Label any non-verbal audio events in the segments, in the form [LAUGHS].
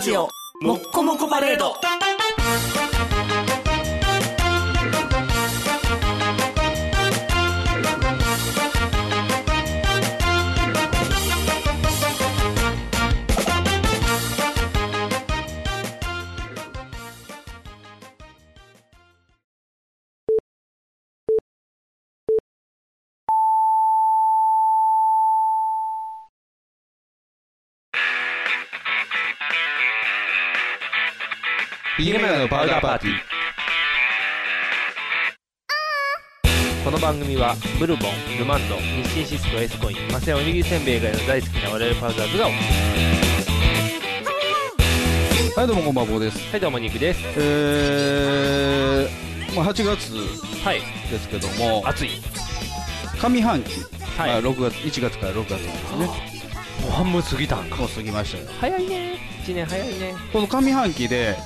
ジオもっこもこパレードヒゲメガネのパウダーパーティーこの番組はブルボン、ルマンド、日清シスコ、エスコイン、マセオおにぎりせんべい以外の大好きな我々パウダーズがお送りしはい、どうもこんばんは、坊です。ますはいどうも肉ですえー、まあ8月はいですけども、暑い上半期、はいまあ6月、1月から6月ですね、もう半分過ぎたんもう過ぎましたよ。早いね1年早いねこの上半期で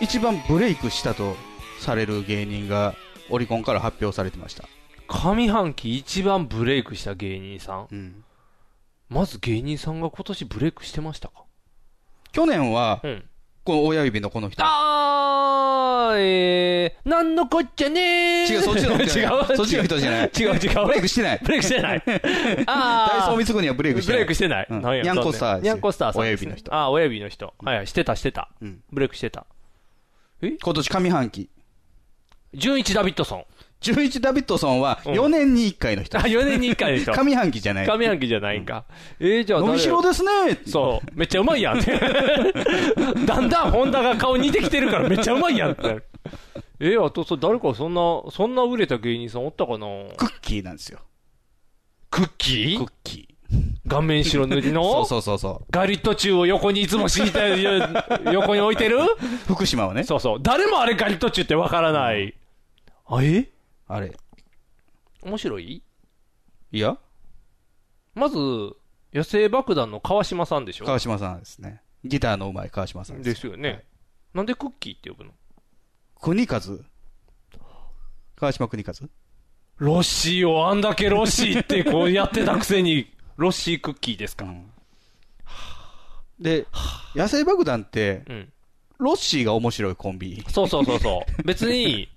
う一番ブレイクしたとされる芸人がオリコンから発表されてました。ん上半期一番ブレイクした芸人さんうんまず芸人さんが今年ブレイクしてましたか去年は、うんこの親指のこの人。あーえー、なんのこっちゃねー違う、そっちの人じゃない。 [LAUGHS] 違うそっちの人じゃない。違う違うブレイクしてない。ブレイクして [LAUGHS] ないあダーイソー光子にはブレイクしてない。ブレイクしてない。うんなんやニャンコスターそうですねニャンコスターさん親です指ねの人ああ、親指の人。はい、してた、してた。うんブレイクしてた。今年上半期。純一ダビッドソ [LAUGHS] ン。 11ダビッドソンはうん4年に1回の人。あ、4年に1回でしょ。上上半期じゃない。半期じゃないんか。えー、じゃあ伸誰や、びしろですねそう。めっちゃうまい [LAUGHS] やん。だんだんホンダが顔似てきてるからめっちゃうまいやんってなる。えー、あと、そう誰かそんな、そんな売れた芸人さんおったかなクッキーなんですよ。クッキクーッキ顔面白塗りー。そのうそうそうそガリットチューを横にいつも敷いて、横に置いてるう。福島はね。 [LAUGHS] そうそう。誰もあれガリットチューってわからない。あ、えあれ。面白いいや、まず、野生爆弾の川島さんでしょ川島さんですね。ギターのうまい川島さんで。ですすよね、なんでクッキーって呼ぶの国和川島国和ロッシーをあんだけロッシーってこうやってたくせ [LAUGHS] に、ロッシークッキーですうか。ん。で、野生爆弾って、うん。ロッシーが面白いコンビ。そうそうそうそう。別に、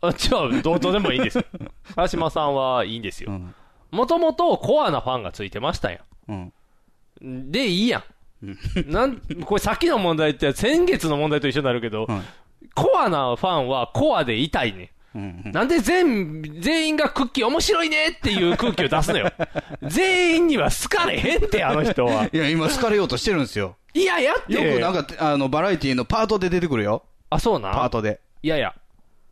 あっちはどうとでもいいんですよ。川島さんはいいんですうよ。ん。もともとコアなファンがついてましたやん。うん。で、いいやん。なん、これさっきの問題って、先月の問題と一緒になるけど、うんコアなファンはコアでいたいね。うん。なんで全、全員がクッキー面白いねっていう空気を出 [LAUGHS] すのよ。全員には好かれへんって、あの人は。いや、今好かれようとしてるんですよ。いや、やってよくなんか、あの、バラエティのパートで出てくるよ。あ、そうなパートで。いやいや。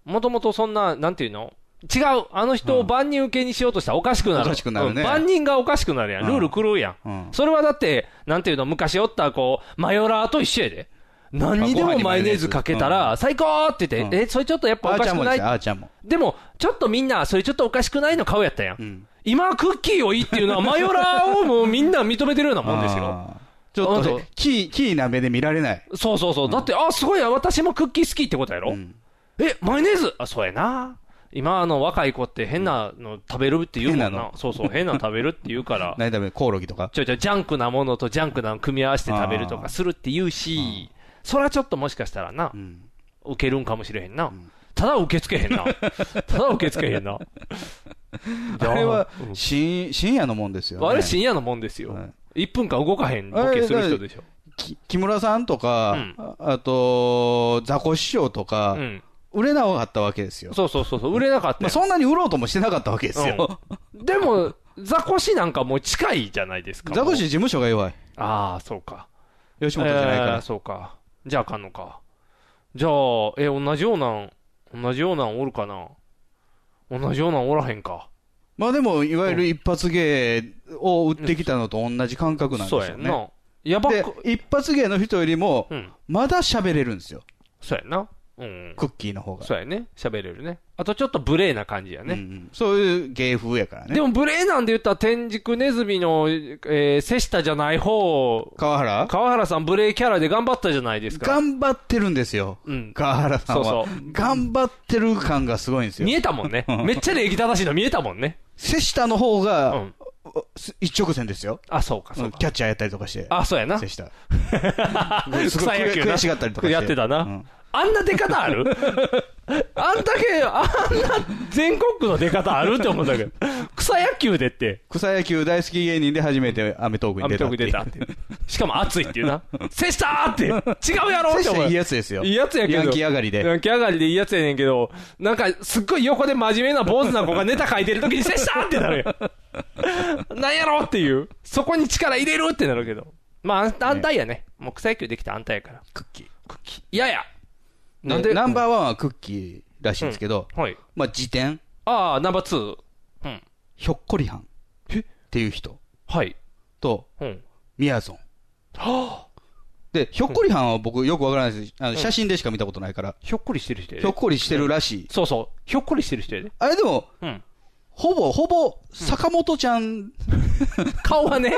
もともとそんな、なんていうの違う。あの人を万人受けにしようとしたらおかしくなる。おかしくなるねうん万人がおかしくなるやん。うんルール狂うやん。うんそれはだって、なんていうの昔おった、こう、マヨラーと一緒やで。何にであご飯もにママヨヨネネーーズズかけたら、最高って言って、うんえ、それちょっとやっぱあおーかちしゃんくもなでいすよ、あーちゃんも。でも、ちょっとみんな、それちょっとおかしくないの顔やったやん。ん今、クッキーをいいっていうのは、マヨラーをもうみんな認めてるようなもんですよ。あー。ちょっとあの人ね、キー、キーな目で見られない。そうそうそう。だって、あ、すごいな、私もクッキー好きってことやろ、うんえ、マヨネーズあ、そうやな。今、あの、若い子って変なの食べるって言うもん変ななの。そうそう、変なの食べるって言う [LAUGHS] から。何だめ、コオロギとか。ちょいちょい、ジャンクなものとジャンクなの組み合わせて食べるとあかーするって言うし、それはちょっともしかしたらな、うん。受けるんかもしれへんな。ただ受け付 [LAUGHS] けへんな。ただ受け付けへんな。あれはう、ん深深夜のもんですよね。あれ深夜のもんですよ。はい1分間動かへんボケする人でしょ。き木村さんとか、うんああと、ザコ師匠とか、うん。売れなかったわけですよ。そうそうそうそう、売れなかったまあ、よ、そんなに売ろうともしてなかったわけですよ。でも、ザコシなんかもう近いじゃないですか。ザコ師事務所が弱い。ああ、そうか。吉本じゃないかえーら。そうか。じゃああかんのか。じゃあ、え、同じようなん、同じようなんおるかな。同じようなんおらへんか。まあでも、いわゆる一発芸を売ってきたのと同じ感覚なんですそうよやんね。な。やばでく、、一発芸の人よりもう、ん。まだ喋れるんですよ。そうやんな。うん。クッキーの方が。そうやね。喋れるね。あとちょっと無礼な感じやうんうね。んそういう芸風やからねで。も、無礼なんで言ったら、天竺ネズミの、えー、瀬下じゃない方、川原川原さん、無礼キャラで頑張ったじゃないですか。頑張ってるんですよ。うん。川原さんは。そうそう頑張ってる感がすごいんですよ見。えたもんね。めっちゃ礼儀正しいの見えたもんね。瀬下の方うが、ん。す一直線ですよ。あ、そうか、そううんか。キャッチャーやったりとかして。あ、そうやなで。した。 [LAUGHS] すご草い野悔球な悔しがったりとかして。やってたな。うんあんな出方 [LAUGHS] あるあんだけ、あんな全国の出方あるって思ったけ [LAUGHS] ど。草野球でって、草野球大好き芸人で初めてアメトークアにメ出トたーっクていう。出たって。しかも熱いって [LAUGHS] いうな。セしたーって違うやろそっして思てう。いいやつですよ。いいやつやけど。ヤンキー上がりで。ヤンキー上がりでいいやつやねんけど、なんか、すっごい横で真面目な坊主な子がネタ書いてると [LAUGHS] きに、せっしたーってなるやん。なんやろっていう。そこに力入れるってなるけど。まあ、あん安泰やね。もう草野球できた安泰やから。クッキー。クッキー。いやや。なんで、ナンーバーワンはクッキーらしいんですけど、はい。まあ、辞典、ああ、ナンバーツー。うん。ひょっこりはんっえていう人はい。と、うん。みやぞん。はあ。で、ひょっこりはんは僕よくわからないです。あの写真でしか見たことないから、ひょっこりしてる人やひょっで。こりしてるらしい。そうそう。ひょっこりしてる人やで。あれでも、うん。ほぼ、ほぼ、坂本ちゃん、顔はね。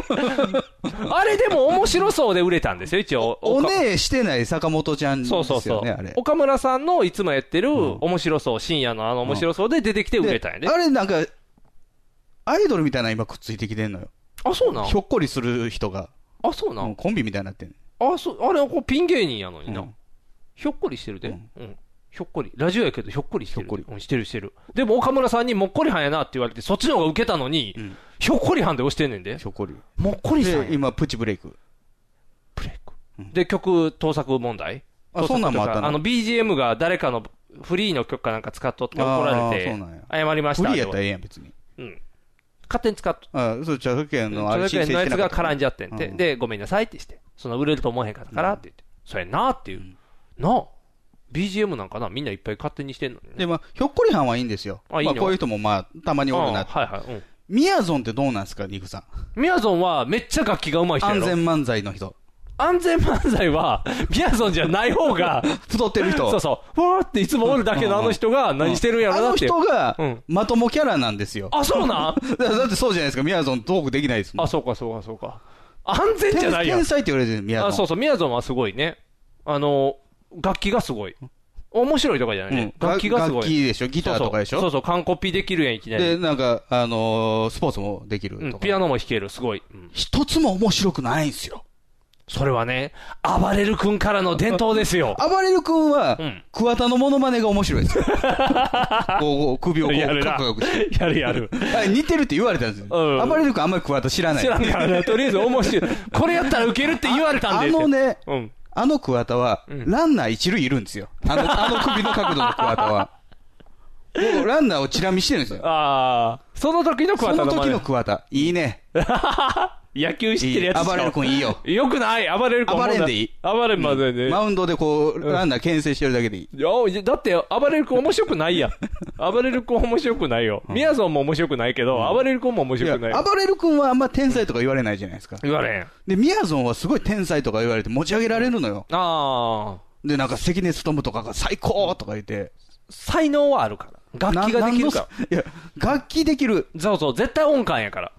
あれでも面白そうで売れたんですよ、一応。おねえしてない坂本ちゃんですそうそうそよう、ね、あれ。岡村さんのいつもやってる、面白そう、深夜のあの面白そうで出てきて売れたんやで。であれなんか、アイドルみたいな今くっついてきてんのよ。あ、そうなんひょっこりする人が、あ、そうなもんうコンビみたいになってんあ、そう、あれはこうピン芸人やのにな。うんひょっこりしてるで。ううんん。ひょっこり。ラジオやけどひょっこりしてるで。ひょっこうん、してるしてる。でも岡村さんにもっこりはんやなって言われて、そっちの方が受けたのに、んひょっこりはんで押してんねんでひ。ょっこり。もっこりさんで、や。今、プチブレイク。ブレイク。うんで、曲、盗作問題。あ、そんなんもあったのあの、BGM が誰かのフリーの曲かなんか使っとって怒られあーそうてなんや、謝りましフた。リーやったらあれはええやん、別に。うん。勝手に使っとあそう、著作権のあ著れ作申請し権のやてつながかった絡んじゃってんて、うんで、ごめんなさいってして、そんな売れると思わへんかったからって言って、それなっていう、なあ、BGM なんかな、みんないっぱい勝手にしてんのにね。で、まあ、ひょっこりはんはいいんですよ。あいいまのあ、こういう人もまあ、たまにおるあな。はいはい、うん。みやぞんってどうなんですか、ニクさん。みやぞんはめっちゃ楽器が上手い人や安ろ。全漫才の人。安全漫才は、 [LAUGHS] みやぞんじゃない方が、太ってる人。 [LAUGHS] そうそう、わーっていつもおるだけのあの人が何してるんやろなっていうあの。人がうん、まともキャラなんですよ。あ、そうなんだだってそうじゃないですか、みやぞんトークできないですもん。あ、そうかそうかそうか。安全天じゃないやん天。才って言われてるみやあ、ぞそん。うそう、みやぞんはすごいね。あの、楽器がすごい。面白いとかじゃないね。楽器がすごい。楽器でしょ、ギターとかでしょ。そうそうそうそう、完コピできるやん、いきなで、り。なんか、あのースポーツもできるうんとか。ピアノも弾ける、すごい。うん一つも面白くないんですよ。それはね、暴れる君からの伝統ですよ。暴れる君はうん、桑田のモノマネが面白いで [LAUGHS] すよ。こう、首をこやるう、なカクカクして。 [LAUGHS] やるやる。あ似てるって言われたんですよ。うん暴れる君あんまり桑田知らない。知らんからね、とりあえず面白い。これやったらウケるって言われたんあでって。のね、うん。あの桑田は、うんランナー一塁いるんですよ。あの、あの首の角度の桑田 [LAUGHS] は。もうランナーをチラ見してるんですよ。ああ、その時の桑そ田のの真時似の桑田、いいね。野球い知ってるいやつしか暴れる君いいよ。よくない暴れる君暴れんでいい暴れんまでね。マウンドでこう、ランナー牽制してるだけでいい。いやいやだって、暴れる君面白くな [LAUGHS] いやん。暴れる君面白くないよ。みやぞんも面白くないけど、暴れる君も面いや白くないよ。暴れる君はあんま天才とか言われないじゃないですか。言われへん。あで、みやぞんはすごい天才とか言われて持ち上げられるのよ。あ。で、なんか関根勤とかが最高とか言って。才能はあるから。楽器ができるからな。なんのいや、楽器できる。そうそう、絶対音感やから。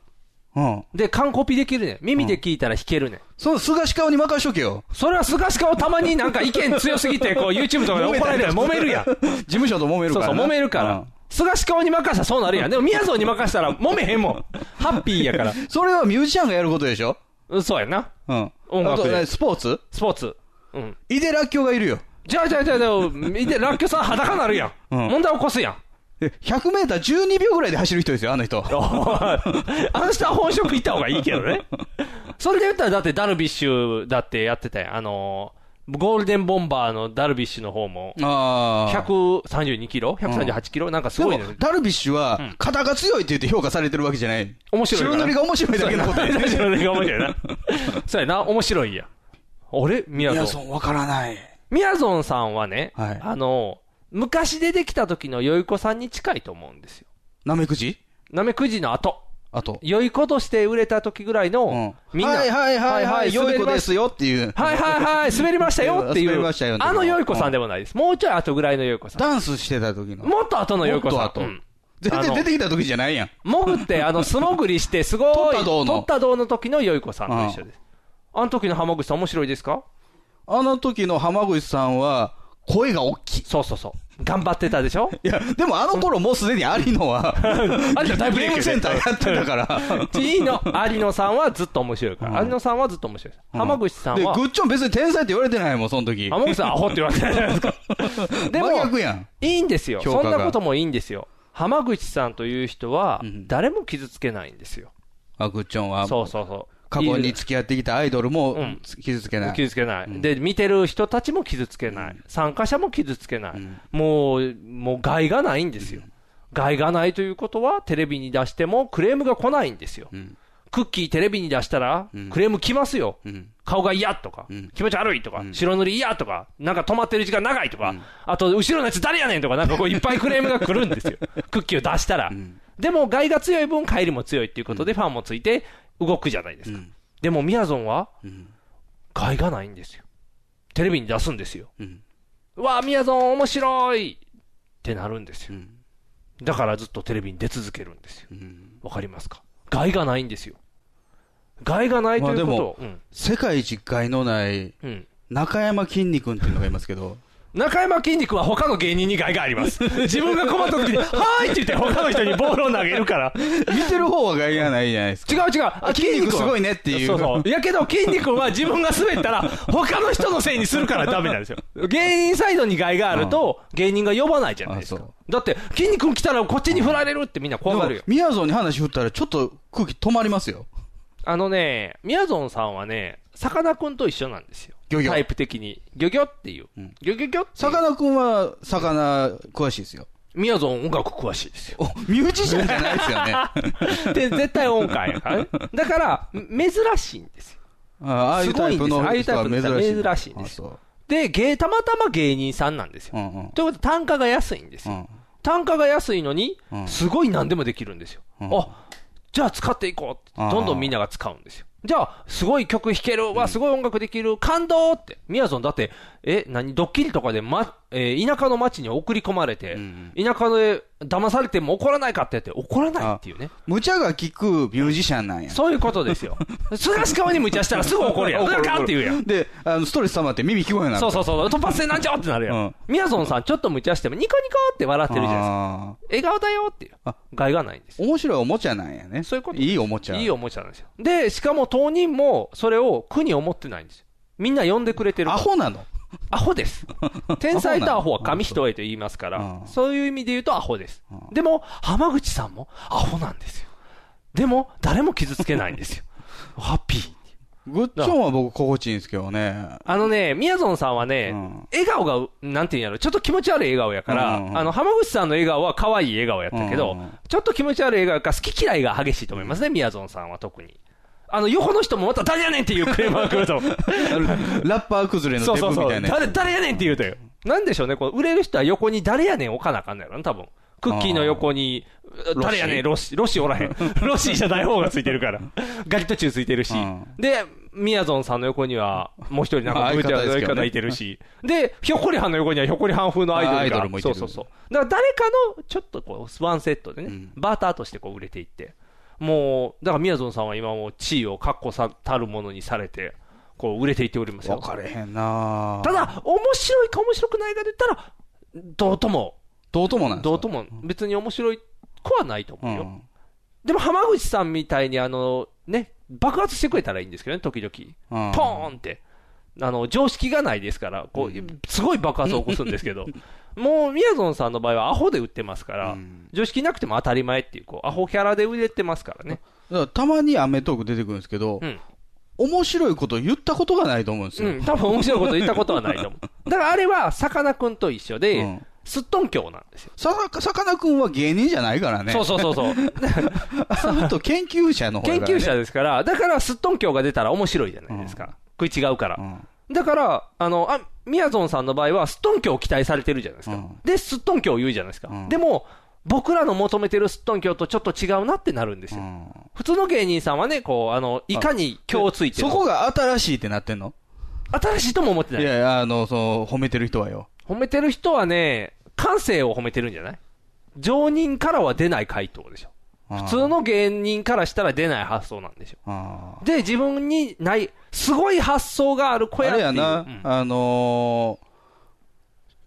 うん。で、完コピできるねん。耳で聞いたら弾けるねん。その、菅氏顔に任しとけよ。それは菅氏顔たまになんか意見強すぎて、こう YouTube とかで怒られるやん。揉めるやん。事務所と揉めるそかうらそう、な。揉めるかうらん。菅氏顔に任したらそうなるやん。でも、みやぞんに任したら揉めへんもん。ハッピーやから。それはミュージシャンがやることでしょうんそうやな。うん。音楽であとねスポーツスポーツ。うん。井手らっきょうがいるよ。じゃあじゃあじゃあじゃあ、見て、ラッキョさん裸なるやん。うん問題起こすやん。 [LAUGHS] で100メーター12秒ぐらいで走る人ですよ、あの人。あの人は本職行った方がいいけどね。それで言ったら、だってダルビッシュだってやってたやん。あのーゴールデンボンバーのダルビッシュの方も、ああ。 132キロ ?138 キロ、なんかすごいでねも。ダルビッシュは、肩が強いって言って評価されてるわけじゃない。面白いから白塗りが面白いだけのことで。 [LAUGHS] 面白いな面白いな。 [LAUGHS] そうやな、面白いやん。あれみやいや、ぞそん。う、わからない。みやぞんさんはね、はいあのー昔出てきた時のよい子さんに近いと思うんですよ。なめくじなめくじの後。あと。良い子として売れた時ぐらいの、みんな、はいはいはいははいい、はい良い子ですよっていう。はいはいはい、滑りましたよってい [LAUGHS] う、滑りましたよあの良い子さんでもないです。もうちょい後ぐらいの良い子さん。ダンスしてた時の。もっと後の良い子さん。もっと後うん全あの然出てきた時じゃないやん。潜って、あの、素潜りして、すごい、撮った道の撮った道の時の良い子さんと一緒です。あの時の浜口さん面白いですかあの時の浜口さんは、声が大きい。そうそうそう。頑張ってたでしょいや、でもあの頃もうすでに有野 [LAUGHS] は、有野大ブゲレイークムセンターやってたから。 [LAUGHS] T の有野さんはずっと面白いから。有野さんはずっと面白いです。浜口さんで、グは、ッチョン別に天才って言われてないもん、その時。浜口さんアホって言われてないじゃないですか。でも真逆やん。いいんですよ。評価そがんなこともいいんですよ。浜口さんという人はう、ん誰も傷つけないんですよ。あ、グッチョンは、そうそうそう。過去に付き合ってきたアイドルもうん傷つけない。傷つけない、うんで、見てる人たちも傷つけない。参加者も傷つけない。うんもう、もう害がないんですよ。害がないということは、テレビに出してもクレームが来ないんですよ。うん。クッキーテレビに出したらうん、クレーム来ますよ。うん。顔が嫌とか、うん気持ち悪いとか、うん白塗り嫌とか、なんか止まってる時間長いとか、うんあと、後ろのやつ誰やねんとか、なんかこういっぱいクレームが来るんですよ。 [LAUGHS] クッキーを出したら。うんでも、害が強い分、帰りも強いっていうことで、ファンもついて動くじゃないですうか。んでも、みやぞんは、うん。害がないんですよ。テレビに出すんですよ。うん。うわあ、みやぞん面白いってなるんですうよ。ん。だからずっとテレビに出続けるんですよ。うんわかりますか害がないんですよ。害がないということを。うん世界一害のないうん中山きんに君っていうのがいますけ [LAUGHS] ど、中山筋肉は他の芸人に害があります。自分が困った時に、はーいって言って他の人にボールを投げるから。見てる方は害がないじゃないですか。違う違う。あ筋肉すごいねっていうそう [LAUGHS] そう。やけど、筋肉は自分が滑ったら、他の人のせいにするからダメなんですよ。 [LAUGHS] 芸人サイドに害があると、芸人が呼ばないじゃないですあかそ。だって、筋肉来たらこっちに振られるってみんな怖がるでよも。みやぞんに話振ったらちょっと空気止まりますよ。あのね、みやぞんさんはね、さかなクンと一緒なんですよ。ギョギョタイプ的に。ギョギョっていううん。ギョギョギョってさいう。かなクンは魚詳しいですよ。みやぞん音楽詳しいですよ。お、ミュージシャンじゃないですよ [LAUGHS] ね。あで、絶対音感やからね。だから、め珍しいんですよ。ああいうタイプの人はすごいんですよああ珍いしうタイプい。の人は珍しいんですよ。で、芸、たまたま芸人さんなんですうよ。んうん。ということで、単価が安いんですうよ。ん単価が安いのにう、んすごい何でもできるんですよ。うんあ、じゃあ使っていこうって、どんどんみんなが使うんですよ。じゃあ、すごい曲弾ける、わ、すごい音楽できる、感動って。みやぞんだって、え、何、ドッキリとかで、ま、えー田舎の町に送り込まれてうん、田舎で騙されても怒らないかってやって、怒らないっていうね。無茶が効くミュージシャンなんや。そういうことです [LAUGHS] よ。それし顔に無茶したらすぐ怒るやん。うわかって言うやん。で、あの、ストレス溜まって耳聞こえなそうう。そうそう。突発性なんちゃおうってなるやうんん。みやぞんさん、ちょっと無茶しても、ニコニコって笑ってるじゃないですか。あ笑顔だよっていうあ。害がないんですよ。ー面白いおもちゃなんやね。そういうこといいおもちゃ。いいおもちゃなんですよ。で、しかも当人も、それを苦に思ってないんですよ。みんな呼んでくれてるかアら。ホなの。ア [LAUGHS] ホです。天才とアホは紙一重と言いますかあらあ、そういう意味で言うとアホですあ。でも、浜口さんもアホなんですよ。でも、誰も傷つけないん [LAUGHS] ですよ。ハッピー。グッチョンは僕心地いいんですけどね。 [LAUGHS] あのね、みやぞんさんはね、うん笑顔が、なんていうんやろ、ちょっと気持ち悪い笑顔やから、うんうんうんあの、浜口さんの笑顔は可愛い笑顔やったけど、うんうんちょっと気持ち悪い笑顔やから、好き嫌いが激しいと思いますね、みやぞんさんは特に。あの、横の人もまた誰やねんっていうクレームが来ると思う。ラッパー崩れのそうデそうブみそ。たいうなやつ。誰、誰やねんって言うとよ。なんでしょうね、この売れる人は横に誰やねん置かなあかんのやろな、多分。クッキーの横に、シ誰やねん、ロシ、ロシおらへ [LAUGHS] ん。ロシじゃない方がついてるから。ガリットチューついてるしうん。で、みやぞんさんの横には、もう一人なんか、まあブーテラ相方ですけどねの方いてるし。で、ひょっこりはんの横にはひょっこりはん風のアイドルが。あアイドルもいてるそうそうそう。だから誰かの、ちょっとこう、ワンセットでね、うんバーターとしてこう売れていって。もう、だからみやぞんさんは今もう地位を確固さたるものにされて、こう売れていっておりますよ。分かれへんなぁた、だ、面白いか面白くないかで言ったら、どうとも、どうともなんですかどうとも、別に面白い子はないとう思うよ。ん。でも、浜口さんみたいに、あの、ね、爆発してくれたらいいんですけどね、時々。うんポーンって。あの、常識がないですから、こう、すごい爆発を起こすんで [LAUGHS] すけど、もう、みやぞんさんの場合はアホで売ってますからうん、常識なくても当たり前っていう、こう、アホキャラで売れてますからね。だからたまにアメトーク出てくるんですけどう、ん。面白いこと言ったことがないと思うんですうよ。ん、多分面白いこと言ったことはないと思う。だからあれは、さかなクンと一緒うでん、すっとんきょうなんですよ。さかさかなクンは芸人じゃないからね。そうそうそうそう。 [LAUGHS] あと研究者の方だ研からね究者ですから、だからすっとんきょうが出たら面白いじゃないですか。食い違うから。うんだから、あの、あ、みやぞんさんの場合は、すっとんきょうを期待されてるじゃないですか。うんで、すっとんきょうを言うじゃないですか。うんでも、僕らの求めてるすっとんきょうとちょっと違うなってなるんですよ。うん普通の芸人さんはね、こう、あの、いかに今日ついてそるこが新しいってなってんの新しいとも思っていない。やいや、あの、その、褒めてる人はよ。褒めてる人はね、感性を褒めてるんじゃない常人からは出ない回答でしょ。普普通の芸人からしたら出ない発想なんでしょ。あで、自分にない、すごい発想がある子ーあやってれいう。やなうん、あのー、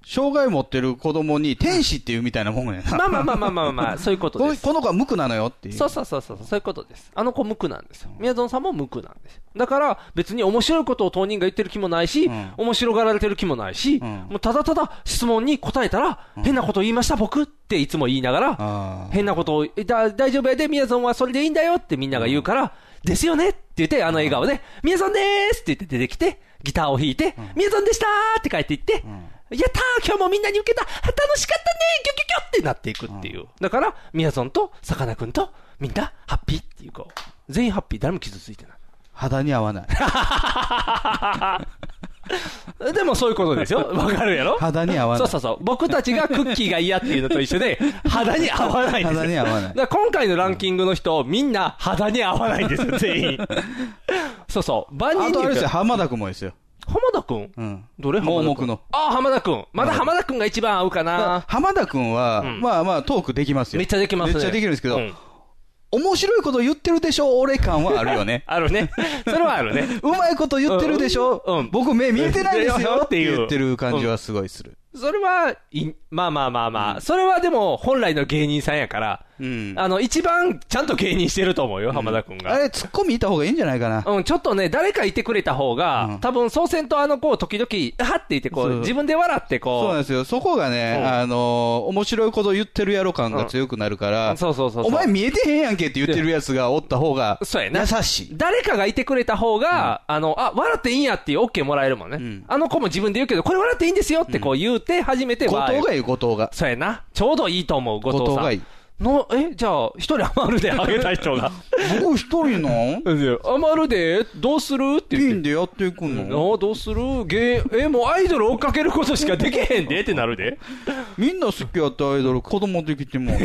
障害持ってる子供に天使っていうみたいなもんやな。まあまあまあまあまあ [LAUGHS] まあ、そういうことこでのす。この子は無垢なのよっていう。そうそうそうそう、そういうことです。あの子無垢なんですよ。宮園さんも無垢なんですよ。だから、別に面白いことを当人が言ってる気もないし、うん面白がられてる気もないし、うんもうただただ質問に答えたら、変なこと言いました、僕っていつも言いながら、あー変なことを、えだ大丈夫やで、宮園はそれでいいんだよってみんなが言うから、ですよねって言って、あの笑顔で、宮園でーすって言って出てきて、ギターを弾いて、宮園でしたーって帰っていって、やったー今日もみんなに受けた楽しかったねギョギョギョってなっていくっていう。だから、宮園と、さかなクンと、みんな、ハッピーっていうこう。全員ハッピー、誰も傷ついて [LAUGHS] ない。肌に合 [LAUGHS] わない。でもそういうことですよ。わかるや [LAUGHS] ろ肌に合わないそうそうそう。僕たちがクッキーが嫌っていうのと一緒 [LAUGHS] で、肌に合わないんですよ肌に合わないだから今回のランキングの人、みんな肌に合わないんですよ、全員。 [LAUGHS] そうそう。万人あにとあれ言うですけどよ、浜田くんもですよ。浜田くんうん。どれ浜盲田目の。ああ、浜田くん。まだ浜田くんが一番合うかな。浜田くんは、まあまあトークできますよ。めっちゃできますね。めっちゃできるんですけど、うん。面白いこと言ってるでしょ、俺感はあるよねある [LAUGHS] ね。それ [LAUGHS] はあるね。うまいこと言ってるでしょ、うんうん僕目見えてないですようんって言ってる感じはすごいする。それは、いまあまあまあまあ、それはでも本来の芸人さんやから、うんあの、一番ちゃんと芸人してると思うよ、浜田くんが。あれ、ツッコミいた方がいいんじゃないかな。うん、ちょっとね、誰かいてくれた方が、うん多分、総選とあの子を時々、はって言って、こうそう自分で笑って、そうなんこですよ。そこがね、うんあのー面白いこと言ってるやろ感が強くなるから、うんそうそうそうそうお前見えてへんやんけって言ってるやつがおった方がう、、そうや優な。しい。誰かがいてくれた方が、あの、あ、笑っていいんやっていう OK もらえるもんね。んあの子も自分で言うけど、これ笑っていいんですよってこう言うて、初めて、後わー藤がいい、後藤が。そうやな。ちょうどいいと思う、後後藤藤さん。がいい。の、え、じゃあ、一人余るであげたい [LAUGHS] 人が。僕一人 [LAUGHS] なん余るで、どうするってピ言っンでやっていくて。ののどうするゲー、え、もうアイドル追っかけることしかできへんでってなるで。みんな好きやったアイドル、子供できても。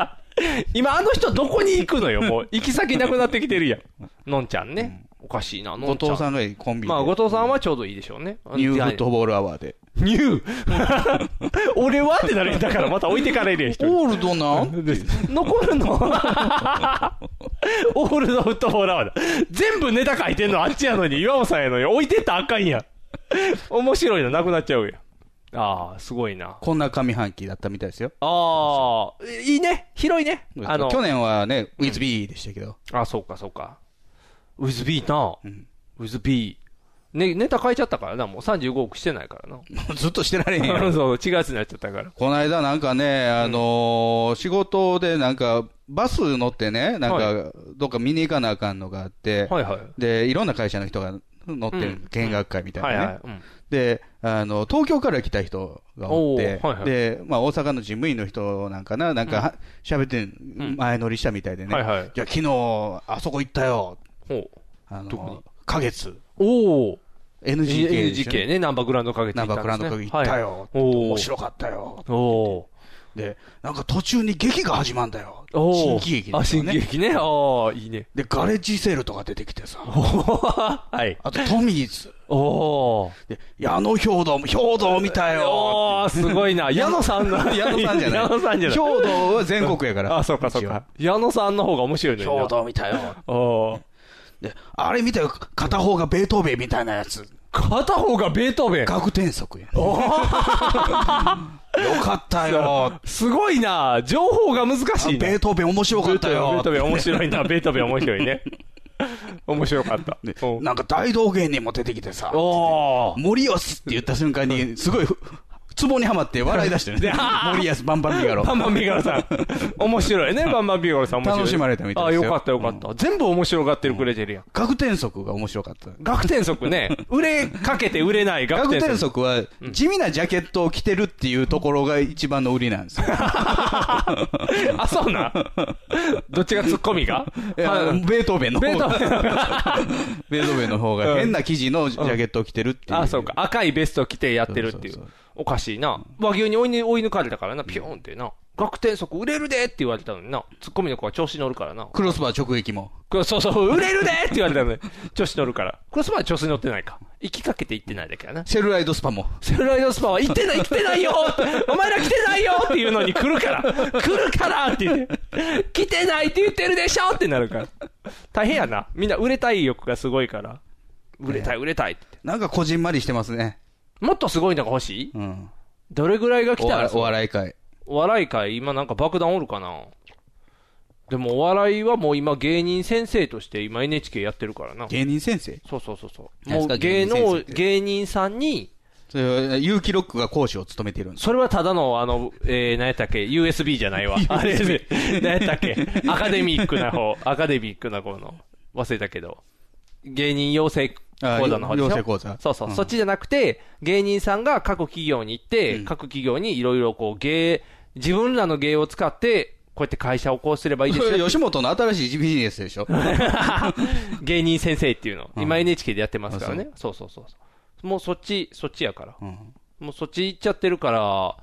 [LAUGHS] 今あの人どこに行くのよ、 [LAUGHS] もう。行き先なくなってきてるやん。のんちゃんね。おかしいな、の後んちゃん。藤さんがいい、コンビで。まあ、後藤さんはちょうどいいでしょうね。ニューフットボールアワーで。ニュー [LAUGHS] 俺はってなるやんだからまた置いてかれるやん、一人オールドなん残る [LAUGHS] のオールドフットボーラーだ。全部ネタ書いてんのあっちやのに、岩尾さんやのに、置いてったらあかんやん。面白いのなくなっちゃうやん。ああ、すごいな。こんな上半期だったみたいですよ。ああ、いいね。広いね。あの、去年はね、ウィズビーでしたけ [LAUGHS] ど。あ、そうか、そうか。ウィズビーな、んウィズビー。ね、ネタ変えちゃったからな、もう35億してな [LAUGHS] いからな。ずっとしてられへんやろ。 [LAUGHS] そう、違うやつになっちゃっ [LAUGHS] たから。この間なんかね、あのー仕事でなんか、バス乗ってね、なんはか、どっか見に行かなあかんのがあって、はいはい。で、いろんな会社の人が乗ってうんる、見学会みたいはいなはねい。。うんで、あの、東京から来た人がおって、おーはいはいで、まあ大阪の事務員の人なんかな、なんかは喋ってんん前乗りしたみたいでね。はいはいじゃあ昨日、あそこ行ったよ。ほう。あどこにの、花月。おお。 NGK でしょ。 NGK ね、ナンバーグランドかけてナンバークラウンドかの時行ったよ。お面お。白かったよ。おおで、なんか途中に劇が始まんだよ。ー。お新ー喜劇あ、ですよ新喜ね。劇ね。ああ、いいね。 [LAUGHS] で、ガレッジセールとか出てきてさ。はい。あとトミーズ。おお。で、矢野兵道も、兵道見たよ。おお、すごいな。矢野さんの。 [LAUGHS] 矢野さんじゃない。矢野さんじゃな兵。い道は全国やから。 [LAUGHS] あ、そうかそう一応か。。矢野さんの方が面白いのにな。兵道見たよ。おーで、あれ見たよ。片方がベートーベンみたいなやつ。片方がベートーベン。学天則や。よおーかったよ。 [LAUGHS] すごいな。情報が難しいな。ベートーベン面白かったベーよト。ーベン面白い [LAUGHS] な。ベートーベン面白いね。面白かった。おーなんか大道芸人も出てきてさ。おー森安って言った瞬間に、すごい、ツボにはまって笑い出して [LAUGHS] でね。あー森安バンバンビガロバ。ンバンビガロさん。面白いね、バンバンビガロさん。面白い楽しまれたみたいですよあ、よかったよかった。全部面白がってるくれてるやん。学天則が面白かった。学天則 [LAUGHS] ね。売れかけて売れない学学天天則。則は、地味なジャケットを着てるっていうところが一番の売りなん [LAUGHS] ですよ。 [LAUGHS] あ、そう [LAUGHS] なん。どっちがツッコミがいやはいベートーベンのベ方ートが。ーベン [LAUGHS] ベートーベンの方 [LAUGHS] が変な生地のジャケットを着てるっていう。あ、そうか。。赤いベスト着てやってるっていう。そうそうそおかしいな。和牛に追いに追い抜かれたからな、ピョーンってな。学天則売れるでって言われたのにな。ツッコミの子は調子乗るからな。クロスバー直撃も。 [LAUGHS] そうそう、売れるでって言われたのに。 [LAUGHS] 調子乗るから。クロスバーは調子乗ってないか。行きかけて行ってないだけやな。セルライドスパも。セルライドスパは行ってない、来てないよお前ら来てないよっていうのに来るから来るからって言って、来てないって言ってるでしょってなるから。大変やな。みんな売れたい欲がすごいから。売れたい、売れたいって。なんかこじんまりしてますね。もっとすごいのが欲しいうん。どれぐらいが来おたら笑お笑い会。お笑い界、今なんか爆弾おるかなでもお笑いはもう今芸人先生として今 NHK やってるからな。芸人先生そうそうそうそう。何でもすかう芸芸人先生能、って芸人さんに、それは、有機ロックが講師を務めてるんです。それはただのあの、えー、何やったっけ ?USB じゃ [LAUGHS] ないわ。あれ、何やったっけアカデミックな方、アカデミックな方の、忘れたけど。芸人養成講座の方でしょあ養成講座そうそう、うんそっちじゃなくて、芸人さんが各企業に行って、うん各企業にいろいろこう芸、自分らの芸を使って、こうやって会社をこうすればいいですそれよ。 [LAUGHS] 吉本の新しいビジネスでしょ [LAUGHS] 芸人先生っていうの。うん今 NHK でやってますからね。そうそうそうそう。もうそっち、そっちやから。うんもうそっち行っちゃってるから、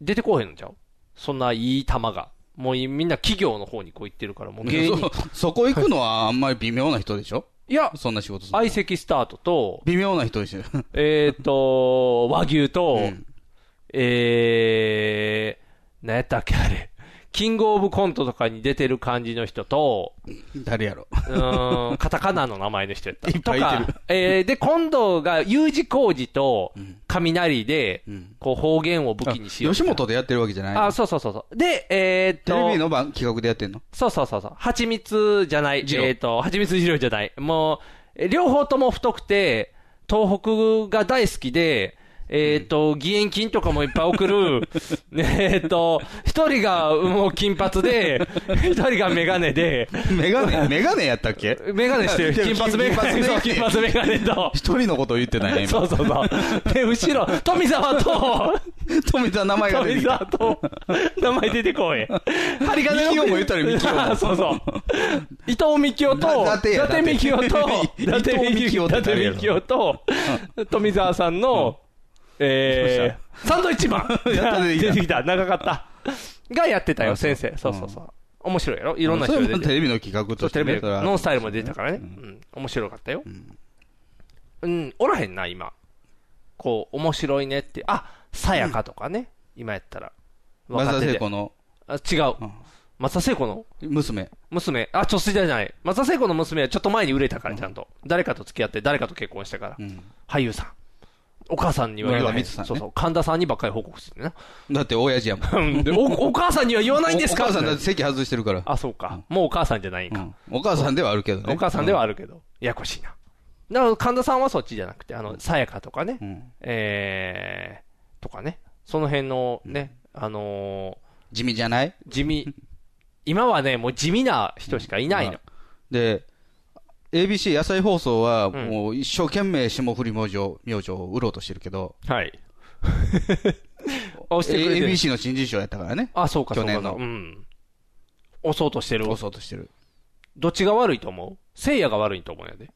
出てこうへんのちゃうそんないい玉が。もういみんな企業の方にこう行ってるから、もう芸人そ。そこ行くのはあんまり微妙な人でしょいや、そんな仕事する相席スタートと、微妙な人でしょ [LAUGHS] えっ、と、和牛と、うんえー、何やったっけあれ。キングオブコントとかに出てる感じの人と、誰やろ。うーん、カタカナの名前の人やっ [LAUGHS] た。いっぱいいてるとか、えー、で、今度が U 字工事とん雷で、うんこう方言を武器にしようみた吉いな。本でやってるわけじゃないのあ、そうそうそうそう。で、えーっテと、レビの番企画でやってんのそうそうそうそう。蜂蜜じゃない。え二郎ーっと、蜂蜜二郎じゃない。もう、え両方とも太くて、東北が大好きで、えーっと、義援金とかもいっぱい [LAUGHS] 送る。えーっと、一人がもう金髪で、一人がメガネで、メガネ、メガネやったっけメガネしてる。で [LAUGHS] 金髪メガネ。そう金金髪髪メガネと。一人のことを言ってないね、今。そう [LAUGHS] そうそう。で、後ろ、富澤と、富田名前が出て富きた澤。と、名前出てこい。針金の方も言ったらミキオも [LAUGHS] そうそう。伊藤美紀夫と、だ伊伊達や達美紀夫と、伊藤美紀夫っ伊て達誰や美ろ紀夫と、富澤さんの、えー、サンドイッチマンやっと出てきた出てきた。長かった。がやってたよ、あそう先生。そうそうそう。面白いやろいろんなそ人れ出もてテレる。ビの企画そとう、してテねレビそれはノンスタイルも出てたからね。うん。面白かったよ。うん、おらへんな、今。こう、面白いねって。あ、さやかとかね。今やったら。松田聖子子のあ、違ううん。松田聖子の娘。娘、あ、ちょ、すいじゃない。松田聖子の娘はちょっと前に売れたから、ちゃんと。誰かと付き合って、誰かと結婚したからう。ん俳優さん。お母さんには言わ要はない。ミツさんねそうそう。神田さんにばっかり報告し [LAUGHS] てるだって親父やもん。ね。でお、お母さんには言わないんですかおお母さんだって席外してるから。あ、そうか。もうお母さんじゃないんうかん。お母さんではあるけどね。お母さんではあるけど。ややこしいな。だから、神田さんはそっちじゃなくて、あの、さやかとかねう。ん。えー、とかね。その辺のね、あの地味じゃないー、地味。 [LAUGHS] 今はね、もう地味な人しかいないの。で、ABC 野菜放送は、んもう一生懸命霜降り明星、明星を売ろうとしてるけど、はい。 [LAUGHS] 押してくれてる ABC の新人賞やったからね、あ、そうか、そ去年うか。のうん。押そうとしてる。押そうとしてる。どっちが悪いと思うせいやが悪いと思うんやで。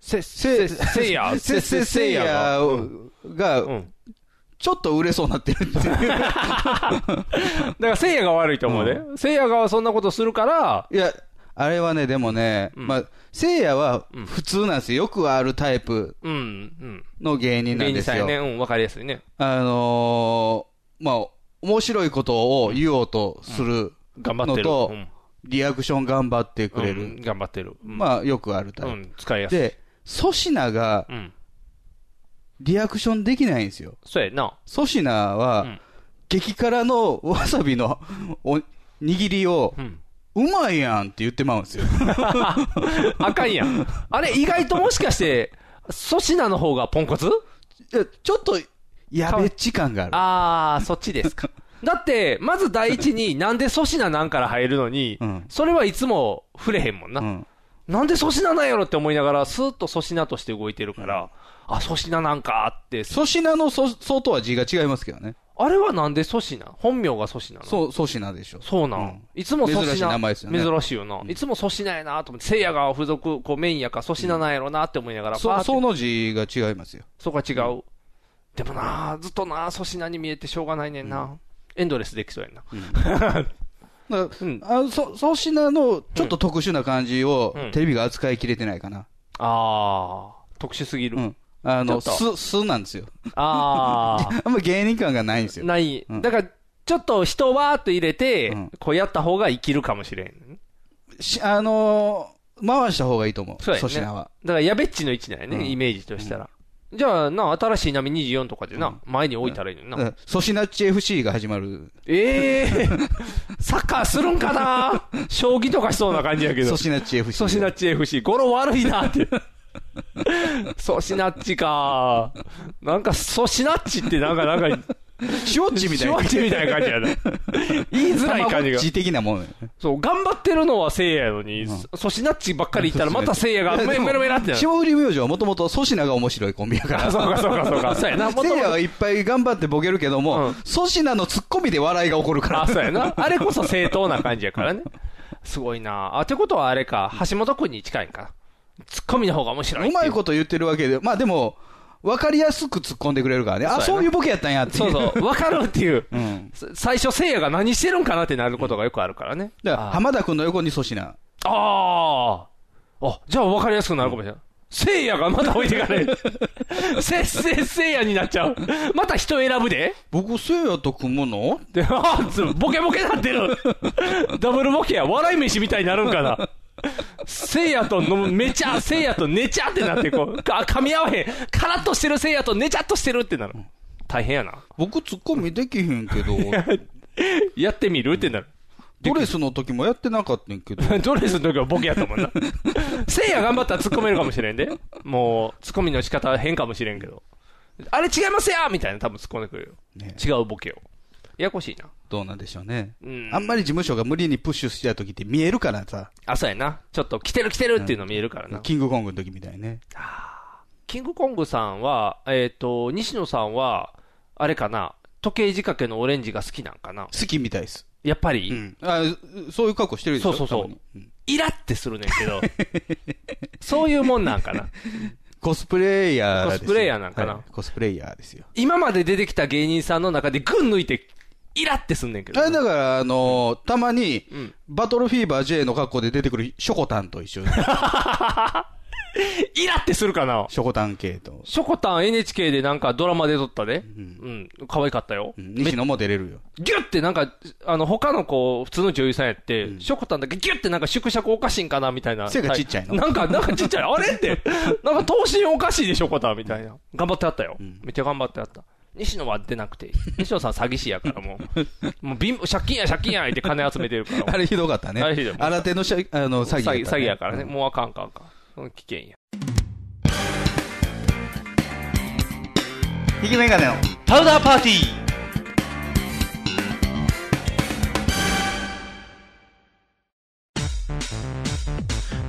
せ、せ、せいや。せせせいやうがん。うが、ん。ちょっと売れそうになってるって [LAUGHS] いう。だからせいやが悪いと思うで。せいやがそんなことするから、いや、あれはね、でもね、んまあ、せいやは普通なんですよ。よくあるタイプうん、うん。の芸人なん芸で人すさんやよ。ね。うん、わかりやすいね。あのー、まあ、面白いことを言おうとする頑張っのてる。と、うんリアクション頑張ってくれる。うん頑張ってる。うんまあ、よくあるタイうプ。ん、使いやすい。で、粗品がうん。リアクションできないんですよ。そうやな。粗品は、うん激辛のわさびのお握りをう、ん。 [LAUGHS] うまいやんって言ってまうんですよ。 [LAUGHS] あかんやん。あれ、意外ともしかして、粗品の方がポンコツいやちょっと、やべっち感がある。あー、そっちですか。 [LAUGHS] だって、まず第一に、なんで粗品なんから入るのに、うんそれはいつも触れへんもんな。うんなんで粗品なんやろって思いながら、スーッと粗品として動いてるから、あ、粗品なんかって、粗品の粗相とは字が違いますけどね。あれはなんで粗品本名が粗品なのう。そう、粗品でしょ。そうなん、うんいつも粗品。珍しい名前ですよね珍しいよな。いつも粗品やなと思って、せいやが付属、こうメインやから粗品なんやろなって思いながら、パーそってその字が違いますよ。そこは違う。でもなずっとな粗品に見えてしょうがないねんな、エンドレスできそうやんな。だかうんらあそ粗品のちょっと特殊な感じをうんテレビが扱いきれてないかな。ああ、特殊すぎる。うん。あの、ちょっす、すなんですよ。ああんま芸人感がないんです [LAUGHS] あ、よ。ない。うんだから、ちょっと人わーっと入れて、うんこうやった方が生きるかもしれん。しあのー回した方がいいと思う。そうやね粗品は。だから、やべっちの位置だよね、うんイメージとしたら。じゃあ、な、新しい波24とかでな、前に置いたらいいのにな。うんソシナッチ FC が始まる。ええ [LAUGHS] サッカーするんかな将棋とかしそうな感じやけどソ。シナッチ FC。ソシナッチ FC、語呂悪いなって。ソシナッチか。なんか、ソシナッチってなんか、なん [LAUGHS] か、シュワッチみたいな。シュワッチみたいな感じやな。言いづらい感じが。地的なもんやね。そう、頑張ってるのは聖夜やのに、ソシナッチばっかり行ったらまた聖 [LAUGHS] 夜がメロメロメロってなる。霜降り明星はもともと粗品が面白いコンビやかあら。そうかそうかそうか。そうやな。せいやはいっぱい頑張ってボケるけどうもん、粗品のツッコミで笑いが起こるから。あ、そうやな。あれこそ正当な感じやからね。すごいな。あ、ってことはあれか、橋本君に近いんか。ツッコミの方が面白いっうてう。まいこと言ってるわけで、まあでも、わかりやすく突っ込んでくれるからね。あ、そうやなそういうボケやったんやって。そうそう、わかるっていう。うん。さ最初、せいやが何してるんかなってなることがよくあるからね。だから、あ浜田君の横に粗品。あー。あ、じゃあ分かりやすくなるかもしれない。せいやがまた置いてか [LAUGHS] れる。せっせっせいやになっちゃう。また人選ぶで僕、せいやと組むので、あーつボケボケなってる。ダブルボケや。笑い飯みたいになるんかな。せいやとのめちゃ、せいやと寝ちゃってなって、こう、か噛み合わへん。カラッとしてるせいやと寝ちゃっとしてるってなる。大変やな。僕、ツッコミできへんけ [LAUGHS] ど、やってみるってなる。ドレスの時もやってなかったんやけど。ドレスの時はボケやったもんな。せいや頑張ったら突っ込めるかもしれんで。もう、突っ込みの仕方は変かもしれんけど。あれ違いますやみたいな多分突っ込んでくるよ。ね違うボケを。ややこしいな。どうなんでしょうね。うんあんまり事務所が無理にプッシュしちゃう時って見えるからさ。あ、そうやな。ちょっと来てる来てるっていうの見えるからな。キングコングの時みたいにね。キングコングさんは、えっ、と、西野さんは、あれかな。時計仕掛けのオレンジが好きなんかな。好きみたいです。やっぱり、うん。あそういう格好してるでしょそうそうそうたまにんイラってするねんけど、 [LAUGHS] そういうもんなんかな。コスプレイヤーですよコスプレイヤーなんかなはいコスプレイヤーですよ。今まで出てきた芸人さんの中で群抜いて、イラってすんねんけどあ。れだから、あのーたまに、んバトルフィーバー J の格好で出てくるショコタンと [LAUGHS] 一緒に、イラってするかなショコタン系と、ショコタン NHK でなんかドラマで撮ったで。んうん。可愛かったよ。うん西野も出れるよ。ギュってなんか、あの、他の子、普通の女優さんやって、ショコタンだけギュってなんか縮尺おかしいんかなみたいな。背がちっちゃいのなんか、なんかちっちゃい。あれ [LAUGHS] って。なんか頭身おかしいでしょ、ショコタンみたいな。頑張ってあったよ。めっちゃ頑張ってあった。西野は出なく [LAUGHS] ていい。西野さん詐欺師やからもう。もう貧乏、借金や借金や言って金集めてるから。 [LAUGHS] あれひどかったね。あれひどい新手のしゃあの詐詐欺欺詐欺やからね、もうあかんあかんあかんうん危険や引きメガネの。パウダーパーティー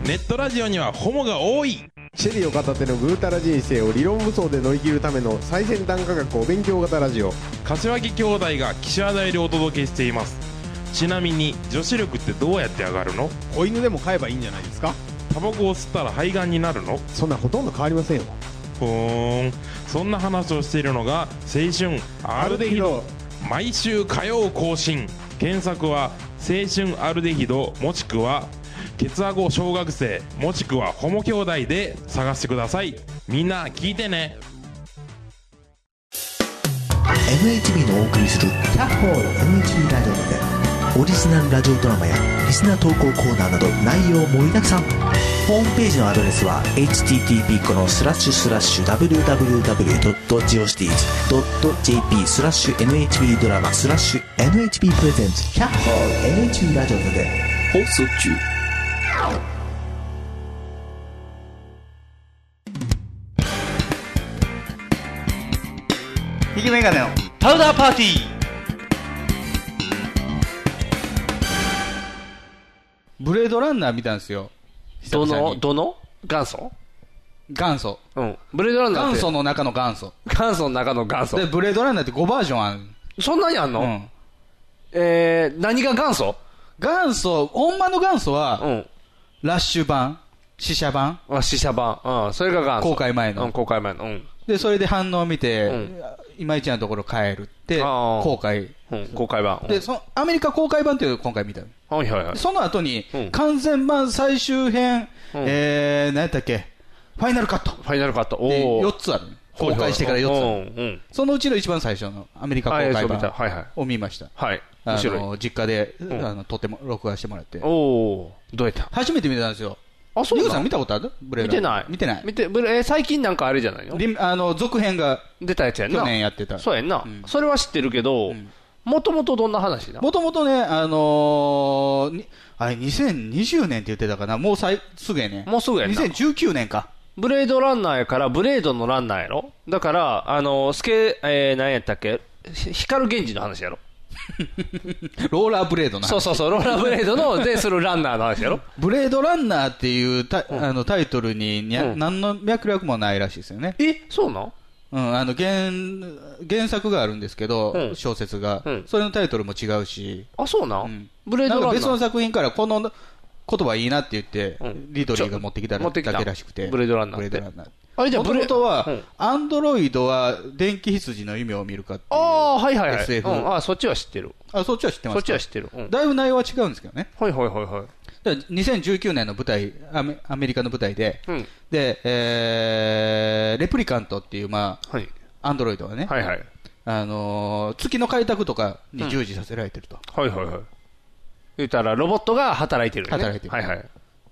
ネットラジオにはホモが多いシェリーを片手のぐうたら人生を理論武装で乗り切るための最先端科学お勉強型ラジオ柏木兄弟が岸和田よりお届けしていますちなみに女子力ってどうやって上がるの子犬でも飼えばいいんじゃないですかタバコを吸ったら肺がんになるのそんなほとんど変わりませんよふーんそんな話をしているのが青春アルデヒド毎週火曜更新検索は青春アルデヒドもしくはケツアゴ小学生もしくはホモ兄弟で探してくださいみんな聞いてね NHB のお送りする「キャッホール NHB ラジオ」でオリジナルラジオドラマやリスナー投稿コーナーなど内容盛りだくさんホームページのアドレスは http このスラッシュスラッシュ www.geocities.jp スラッシュ NHB ドラマスラッシュ NHB プレゼンツキャッホール NHB ラジオで放送中引きメガネの。パウダーパーティーブレードランナー見たんですよ。久ど々のにどの元祖元祖。うんブレードランナーっ元て祖の中の元祖。元祖の中の元祖で、ブレードランナーって5バージョンある。そんなにあんの、うん。えー、何が元祖元祖、ほんまの元祖うは、んラッシュ版、試写版、あ試写版うんそれが元祖公開前のうん、公開前のうん、で、それで反応を見て、うんいまいちなところ変えるって、あー公開。うん、公開版で、そのアメリカ公開版っていうのを今回見たの。うん、はいはいはいその後に、うん完全版最終編、うんえー、何やったっけ、ファイナルカット。ファイナルカットでおお4つある。公開してから4つある。つうんうんそのうちの一番最初のアメリカ公あ開映像見た版はいはいを見ました。はいあ面白いの、実家で、んあの、撮っても、録画してもらってお。おどうやった初めて見たんですよ。あ、そうリなュのウさん見たことあるブレ見イドてない。見てない見て、ブレえ最近なんかあれじゃないのリあの続編が出たやつやんな。去年やってたそうやんなうん。それは知ってるけど、もともとどんな話だもともとね、あのーにあれ、2020年って言ってたかな、もうさいすぐやね。もうすぐやんな2019年 [LAUGHS] か。ブレードランナーやから、ブレードのランナーやろだから、あの、スケ、えー、何やったっけひ光源氏の話やろローラーブレードな。そうそうそう、ローラーブレード [LAUGHS] の、でするランナーの話やろブレードランナーっていうタ,、あのタイトルににゃ、うん何の脈絡もないらしいですよね。え、そうなんうん、あの原原作があるんですけど、うん小説が、うんそれのタイトルも違うし、あ、そうなん、うんブレーなんドラかンナー。別の作品からこの言葉いいなって言って、うんリドリーが持ってきたちょ持ってきただけらしくて、ブレードランナーブっレてードランナー。あれじゃあもとブレもとはうん、アンドロイドは電気羊の夢を見るかっていう。ああー、はいはいはい。 SF うん、あーそっちは知ってる。あそっちは知ってますそっちは知知っってる。うん。だいぶ内容は違うんですけどね。はいはいはいはい。だから2019年の舞台、アメアメリカの舞台で、うん。で、えーレプリカントっていう、まはい。あ、アンドロイドはね、はいはい。あのー月の開拓とかに従事させられてると。はいはいはい。言ったら、ロボットが働いてる、ね。働いてるはいはい。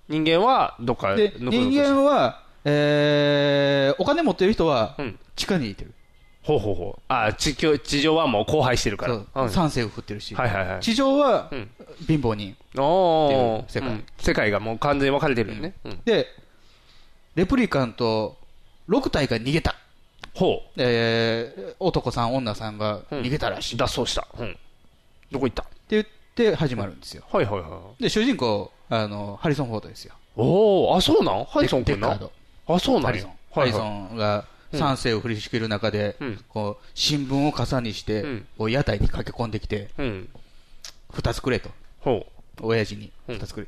人間は、どっかで、ぬくぬく人して間は、えーお金持ってる人はうん、地下にいてる。ほうほうほう。あー地球、地上はもう荒廃してるから。そう酸性を振ってるし。はいはいはい。地上は、うん貧乏人。おーっていう世界うん世界がもう完全に分かれてるよね。うんで、レプリカント、6体が逃げた。ほえー男さん、女さんがう。うん逃げたらしい。っ脱走した。うんどこ行ったて言って始まるんですよ。はいはいはい。で、主人公、あの、ハリソン・フォードですよ。おおあ、そうなんハリソンデ君ッカなード。あ、そうなハんリやソン。ハはリいソはい。ンが賛成を振りしきる中でうん、こう、新聞を傘にしうてん、こう、屋台に駆け込んできて、うん。二つくれと。ほ親父に、うん二つくれ。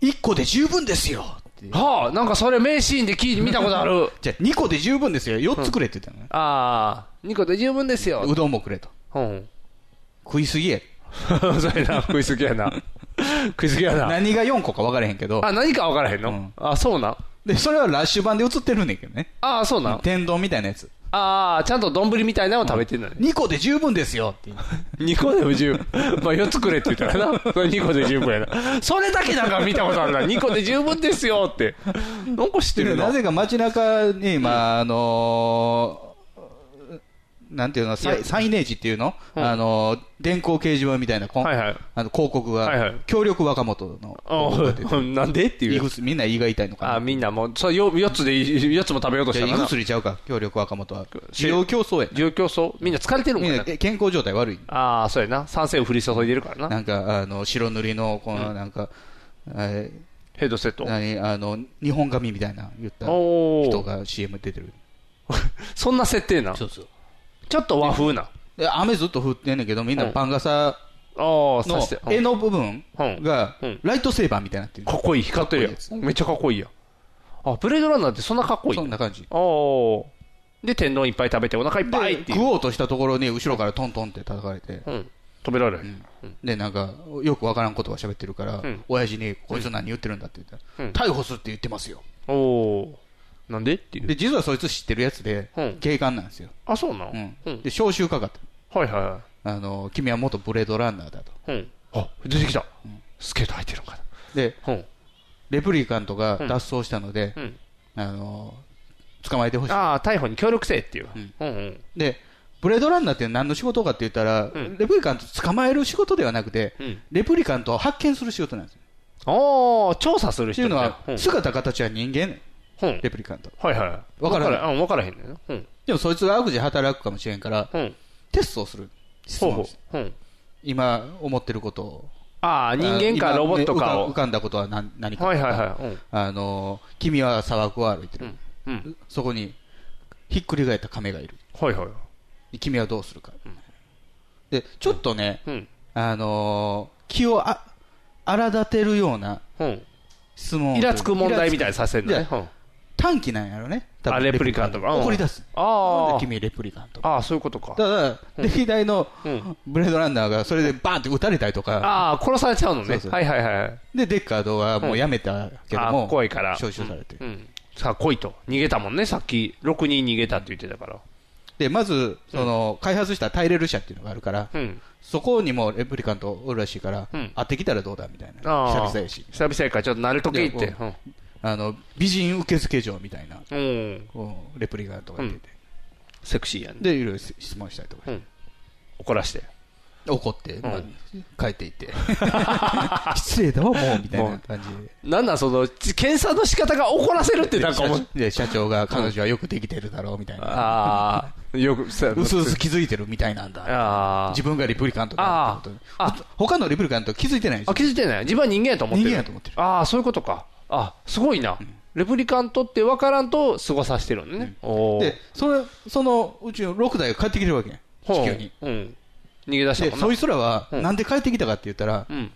一個で十分ですよってう。はあ、なんかそれ名シーンで聞いて見たことある。じゃあ、二個で十分ですよ。四つくれって言ったのね。 [LAUGHS] ああ、2個で十分ですよ。うどんもくれと。うん。食いすぎや。 [LAUGHS] それな、食いすぎやな。 [LAUGHS] 食いすぎやな。何が四個か分からへんけど。あ、何か分からへんの、うんあ、そうなんで、それはラッシュ版で映ってるねんけどね。ああ、そうなん、天丼みたいなやつ。ああ、ちゃんと丼みたいなのを食べてんのね。二個で十分ですよって言う。 2個でも十分。 [LAUGHS] まあ4つくれって言ったらな。それ2個で十分やな。それだけなんか見たことあるな。2個で [LAUGHS] 十分ですよって。なんか知ってるなな。ぜか街中に、まあ、あのーなんていうの、サいやイサイネージっていうの、うんあのー電光掲示板みたいな、こんはいはい。あの広告が、はいはい協力若元のあ広告が出てあ、なんでって胃 [LAUGHS] いう。薬みんな胃が痛いのかな。ああ、みんなもう、それよ4つでいい、4つも食べようとしじゃあた胃からな。薬ちゃうか、協力若元は。し需要競争や。状況そうみんな疲れてるもみんんなな。健康状態悪い。ああ、そうやな。酸性を降り注いでるからな。なんか、あの、白塗りの、この、なんか、えヘッドセットー。何、あの、日本髪みたいな言ったおお。人が CM 出てる。そんな設定な。そうそう。ちょっと和風な。あで、雨ずっと降ってんねんけど、みんなパン傘あ、さのして。うん絵の部分うんがうん、ライトセーバーみたいになってる。かっこいい。光ってるやかっこん。めっちゃかっこいいやん。あ、ブレードランナーってそんなかっこいいそのんな感じ。ああ。で、天丼いっぱい食べてお腹いっぱいっでてい食う。おうとしたところに、後ろからトントンって叩かれて、うん。止められへん。で、なんか、よくわからん言葉喋ってるからうん、親父に、こいつ何言ってるんだって言うんったら、逮捕するって言ってますよ。おお。なんでっていう。で、実はそいつ知ってるやつでうん、警官なんですよ。あ、そうなのうんうん。で、招集かかった。はいはあの、君は元ブレードランナーだと。いはい。うん。あ、出てきた。スケート入ってるんかで、な。うん。レプリカントが脱走したのでう、ん。あの、捕まえてほしい。ああ、逮捕に協力せえっていう。うんうんうん。で、ブレードランナーって何の仕事かって言ったら、うんレプリカント捕まえる仕事ではなくて、うんレプリカントを発見する仕事なんですよ。おお、調査するって人いうみたのいなは、姿形は人間、うん。うんレプリカント。はいはい。わからんん。うん、わからへんねんな。うん。でもそいつが悪事働くかもしれんから、うん。テストをする。質ほう問ほをするう。うん。今思ってることを。ああ、人間あか今ロボットかね浮を。かんだことは何何か。はいはいはい。うん。あの、君は砂漠を歩いてうるん。うん。そこに、ひっくり返った亀がいる。はいはい。君はどうするか。で、ちょっとね、うん。あのー気をあ荒立てるようなうん。質問をイラつく問題みたいにさせるのイラねつ。くうんあ短期なんやろね多分あレプリカントがうん怒り出すなんあで。君レプリカントああ、そういうことだか。から歴代のうんブレードランナーがそれでバーンって撃たれたりとかああ、殺されちゃうのねそう。そうはいはいはい。でデッカードはもうやめたけどあもー怖いから招集されてうん。さあ、来いと。逃げたもんね、さっき。6人逃げたって言ってたから。でまずその開発したタイレル社っていうのがあるからうん。そこにもレプリカントおるらしいからうん会ってきたらどうだみたいなあ久あ。々やし久々やから、ちょっと慣れとけって。でうん。あの、美人受付嬢みたいな、うん。こうレプリカとか出て、セクシーやね。で、いろいろ質問したりとか、うん怒らして。怒って、まあ帰ってい [LAUGHS] って、失礼だわ、もう、みたいな感じで。なんなんその、ち検査の仕方が怒らせるってなんか思う。で、社長が彼女はよくできてるだろう、みたいな。ああ、よく、そううすうす気づいてるみたいなんだ。ああ。自分がレプリカントだってことあほ他のレプリカント気づいてないでしょあ、気づいてない自分は人間やと思ってる。人間やと思ってるああ、そういうことか。あ、すごいな。レプリカントって分からんと過ごさせてるんだね。おーで、それそのうちの6台が帰ってきてるわけやんほう地球に。うん。逃げ出しで、たもんそな。いつらは、うんなんで帰ってきたかって言ったら、うん。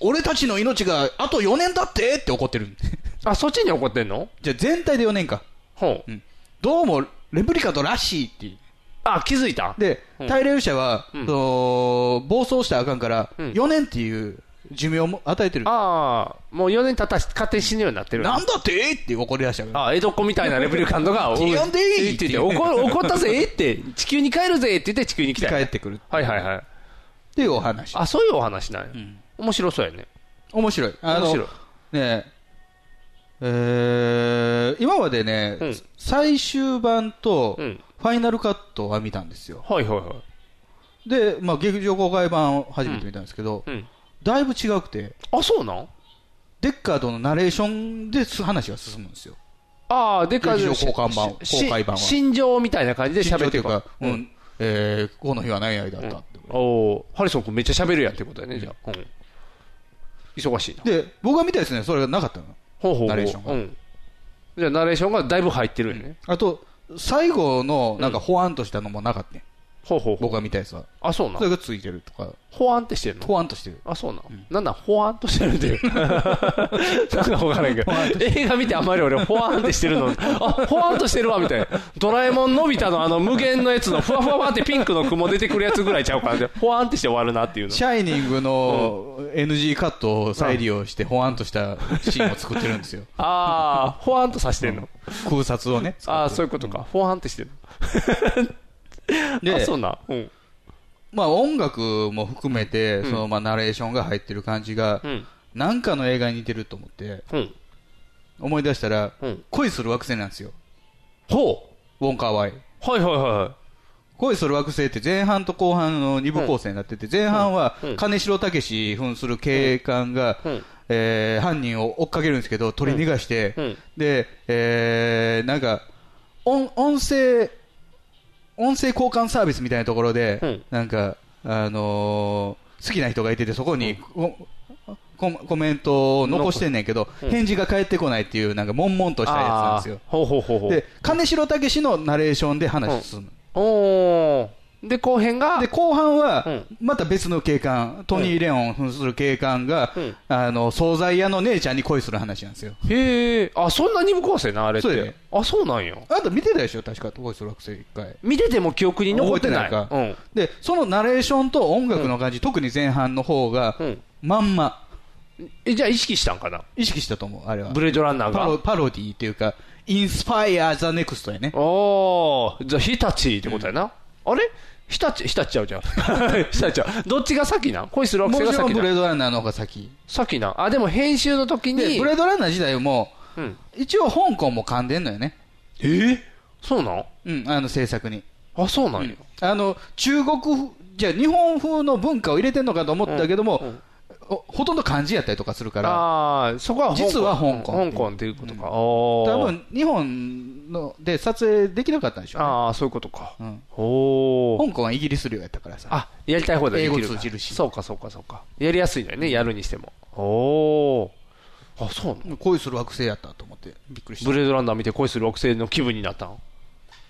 俺たちの命があと4年だってって怒ってる。 [LAUGHS] あ、そっちに怒ってんのじゃあ全体で4年か。ほうう。んどうも、レプリカントらしいっていう。あ、気づいたでう、ん大霊者は、うんその暴走したらあかんから、うん4年っていう寿命も与えてる。なああ、もう4年経たし、勝手に死ぬようになってる。んだってって怒り出したから。ああ、江戸っ子みたいなレプリカント [LAUGHS] が、お地球呼んでいいって言って、怒怒ったぜって、地球に帰るぜって言って地球に来たよ帰ねってくるはいはいはい。っていうお話。あ、そういうお話なんやん。面白そうやね。面白い。あの面白い。ねええー今までね、うん最終版とうフんァイナルカットは見たんですよ、はいはいはい。で、まあ、劇場公開版を初めて見たんですけど、うん。だいぶ違くてあ、そうなんデッカーとのナレーションです話が進むんですよああ、でかい劇場交換版し公開版はし心情みたいな感じで緊喋張っとていうるか、うんえーこの日は何やりだったって、おおーハリソン君めっちゃ喋るやんってことやね、じゃあ。うん忙しいな。で僕が見たやつねそれがなかったのほうほうほうナレーションがうん。じゃあ、ナレーションがだいぶ入ってるよね。あと最後のなんかほわんとしたのもなかった、ねほうほうほう。僕が見たやつはあ、そうなそれん。がついてるとかほわんってしてるのほわんとしてるあ、そうなん。なんなん、ほわんとしてるって [LAUGHS] いう。なんかわからんけど。映画見てあんまり俺、ほわんってしてるの。あ、ほわんとしてるわ、みたいな。ドラえもんのび太のあの無限のやつの、ふわふわふわってピンクの雲出てくるやつぐらいちゃうから、ほわんってして終わるなっていうの。シャイニングの NG カットを再利用して、ほわんとしたシーンを作ってるんです [LAUGHS] よ。ああ、ほわんとさしてんの。空撮をね。ああ、そういうことか。ほわんってしてるの。あ、でそ、うなん。うん。まあ音楽も含めて、そのまあナレーションが入ってる感じがう、ん。なんかの映画に似てると思って、うん。思い出したらうん、恋する惑星なんですよ。ほウォンカーワイ。う。はいはいは恋する惑星って前半と後半の二部構成になってて、前半はうん金城武史扮する警官がうんうん、えー犯人を追っかけるんですけど、取り逃がしてうんうん、で、えーなんか、音音声、音声交換サービスみたいなところうでん、なんか、あのー好きな人がいてて、そこに、こココメントを残してんねんけど、返事が返ってこないっていう、なんか、悶々とい。したやつなんですーよ。ほうほうほうほう。で、金城武史のナレーションで話進む。おーで、後編がで、後半うはん、また別の警官、トニー・レオン扮する警官が、うんあの、惣菜屋の姉ちゃんに恋する話なんですよ。へえ、あ、そんなに無構成な、あれっそうやて。あ、そうなんや。あと見てたでしょ確か、恋する惑星一回。見てても記憶に残ってない。覚えてうないんか。で、そのナレーションと音楽の感じ、特に前半の方がうん、まんま、え、じゃあ意識したんかな意識したと思う、あれはブ。レードランナーパロが。パロディっていうか、インスパイア・ザ・ネクストやね。おー、じゃあ日立ってことやな。あれ日立、日立ちゃうじゃん。 [LAUGHS] 日立ちゃう。どっちが先なん恋する惑も星ちがろん先ブなレんードランナーの方が先。先なん。あ、でも編集の時で、にブ。レードランナー時代も、うん。一応香港も噛んでんのよね。えそうなんうん、あの制作に。あ、そうなんや。あの中国風じゃあ日本風の文化を入れてんのかと思ったけども、おほとんど漢字やったりとかするからああ、そこは香港実は香港香港っていうことか。おー多分日本ので撮影できなかったんでしょうね、ああ、そういうことか。うんおー。香港はイギリス領やったからさあ、やりたい方でできる英か語通じるしそうかそうかそうか。やりやすいのよね、やるにしても。おー。あ、そうなの恋する惑星やったと思ってびっくりしたブレードランナー見て恋する惑星の気分になったん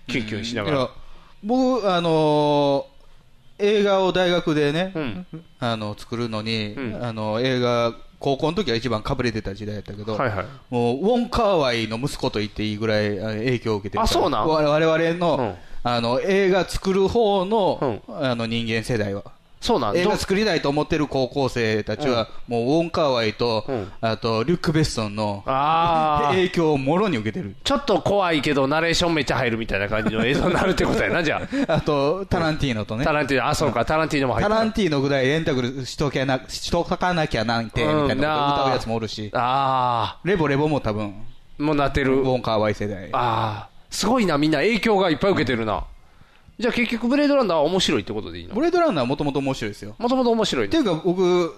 キュンキュンしながいやら。僕あのー映画を大学でね、うん。あの作るのに、うんあの映画高校の時は一番かぶれてた時代やったけど、はいはい。もうウォン・カーワイの息子と言っていいぐらいあの影響を受けてるからあそうなんわ我々の,、うんあの映画作る方の,、あの人間世代はそうなん映ど画作りたいと思ってる高校生たちは、もうウォン・カーワイと、うんあとリュック・ベッソンのあー影響をもろに受けてる、ちょっと怖いけど、ナレーションめっちゃ入るみたいな感じの映像になるってことやな、じゃあとタランティーノとあ。ねタ、ランティーノ、あ、そうか、タランティーノも入タってランティーノぐらいレンタルしとけなしとかなきゃなんて、みたいなこと歌うやつもおるし、あレボレボも多分あ、もうなってウる。ォン・カーワイ世代。ああ、すごいな、みんな影響がいっぱい受けてるな。じゃあ結局、ブレードランナーは面白いってことでいいのブレードランナーはもともと面白いですよ。もともと面白いってのいうか僕、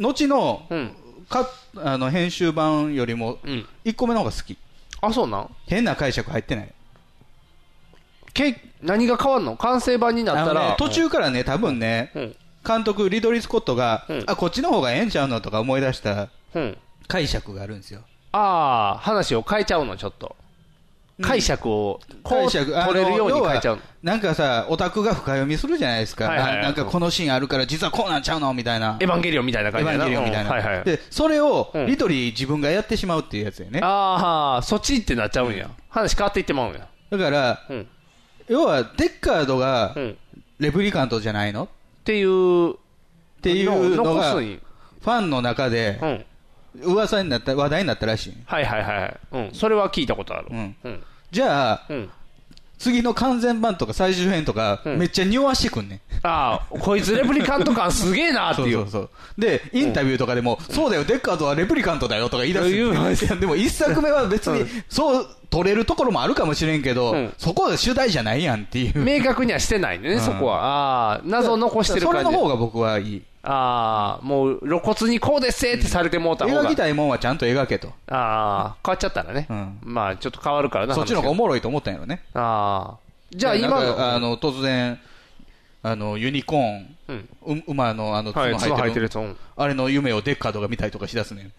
後のうん。かあの編集版よりもうん。 1個目の方が好き。あ、そうなん変な解釈入ってない。け何が変わんの完成版になったあのら。ね途中からね、多分ね、うん。監督、リドリー・スコットが、うんあ、こっちの方がええんちゃうのとか思い出したうん。解釈があるんですよ。ああ、話を変えちゃうの、ちょっと。解釈を、こう解取釈あのれるように変えちゃうの。なんかさ、オタクが深読みするじゃないですか。はいはいはいななんかこのシーンあるから、実はこうなんちゃうのみたいな。エヴァンゲリオンみたいなエ感ヴじァンやゲリオンみたいうんはいはいな。で、それをうんリドリー自分がやってしまうっていうやつやね。ああ、そっちってなっちゃうんや。話変わっていってまうんや。だから、うん。要はデッカードがうん。っレプリカントじゃないのっていう。っていうのが残すフに。ァンの中でうん。噂になった話題になったらしいはいはいはい。うん。それは聞いたことある。うんうん。じゃあうん。次の完全版とか最終編とかうんめっちゃ匂わしてくんねんああ、こいつレプリカント感すげえなってそういそうう。そうでインタビューとかでもそうだよデッカードはレプリカントだよとか言い出す言うのいやでも一作目は別にそう取れるところもあるかもしれんけうどんそこは主題じゃないやんっていう明確にはしてないんでね、そこは。ああ、謎を残してるそれ感じの。方が僕はいいああ、もう露骨にこうですってされてもうた方が。描きたいもんはちゃんと描けとああ、変わっちゃったらね。うんまあ、ちょっと変わるからな。そっちの方がお話もろいと思ったんやろねがああ。じゃあで今なんかあの。の突然あのユニコーンうん。う馬のあのはい、角角生生ええててるるやつうんあれの夢をデッカードが見たりとかしだすね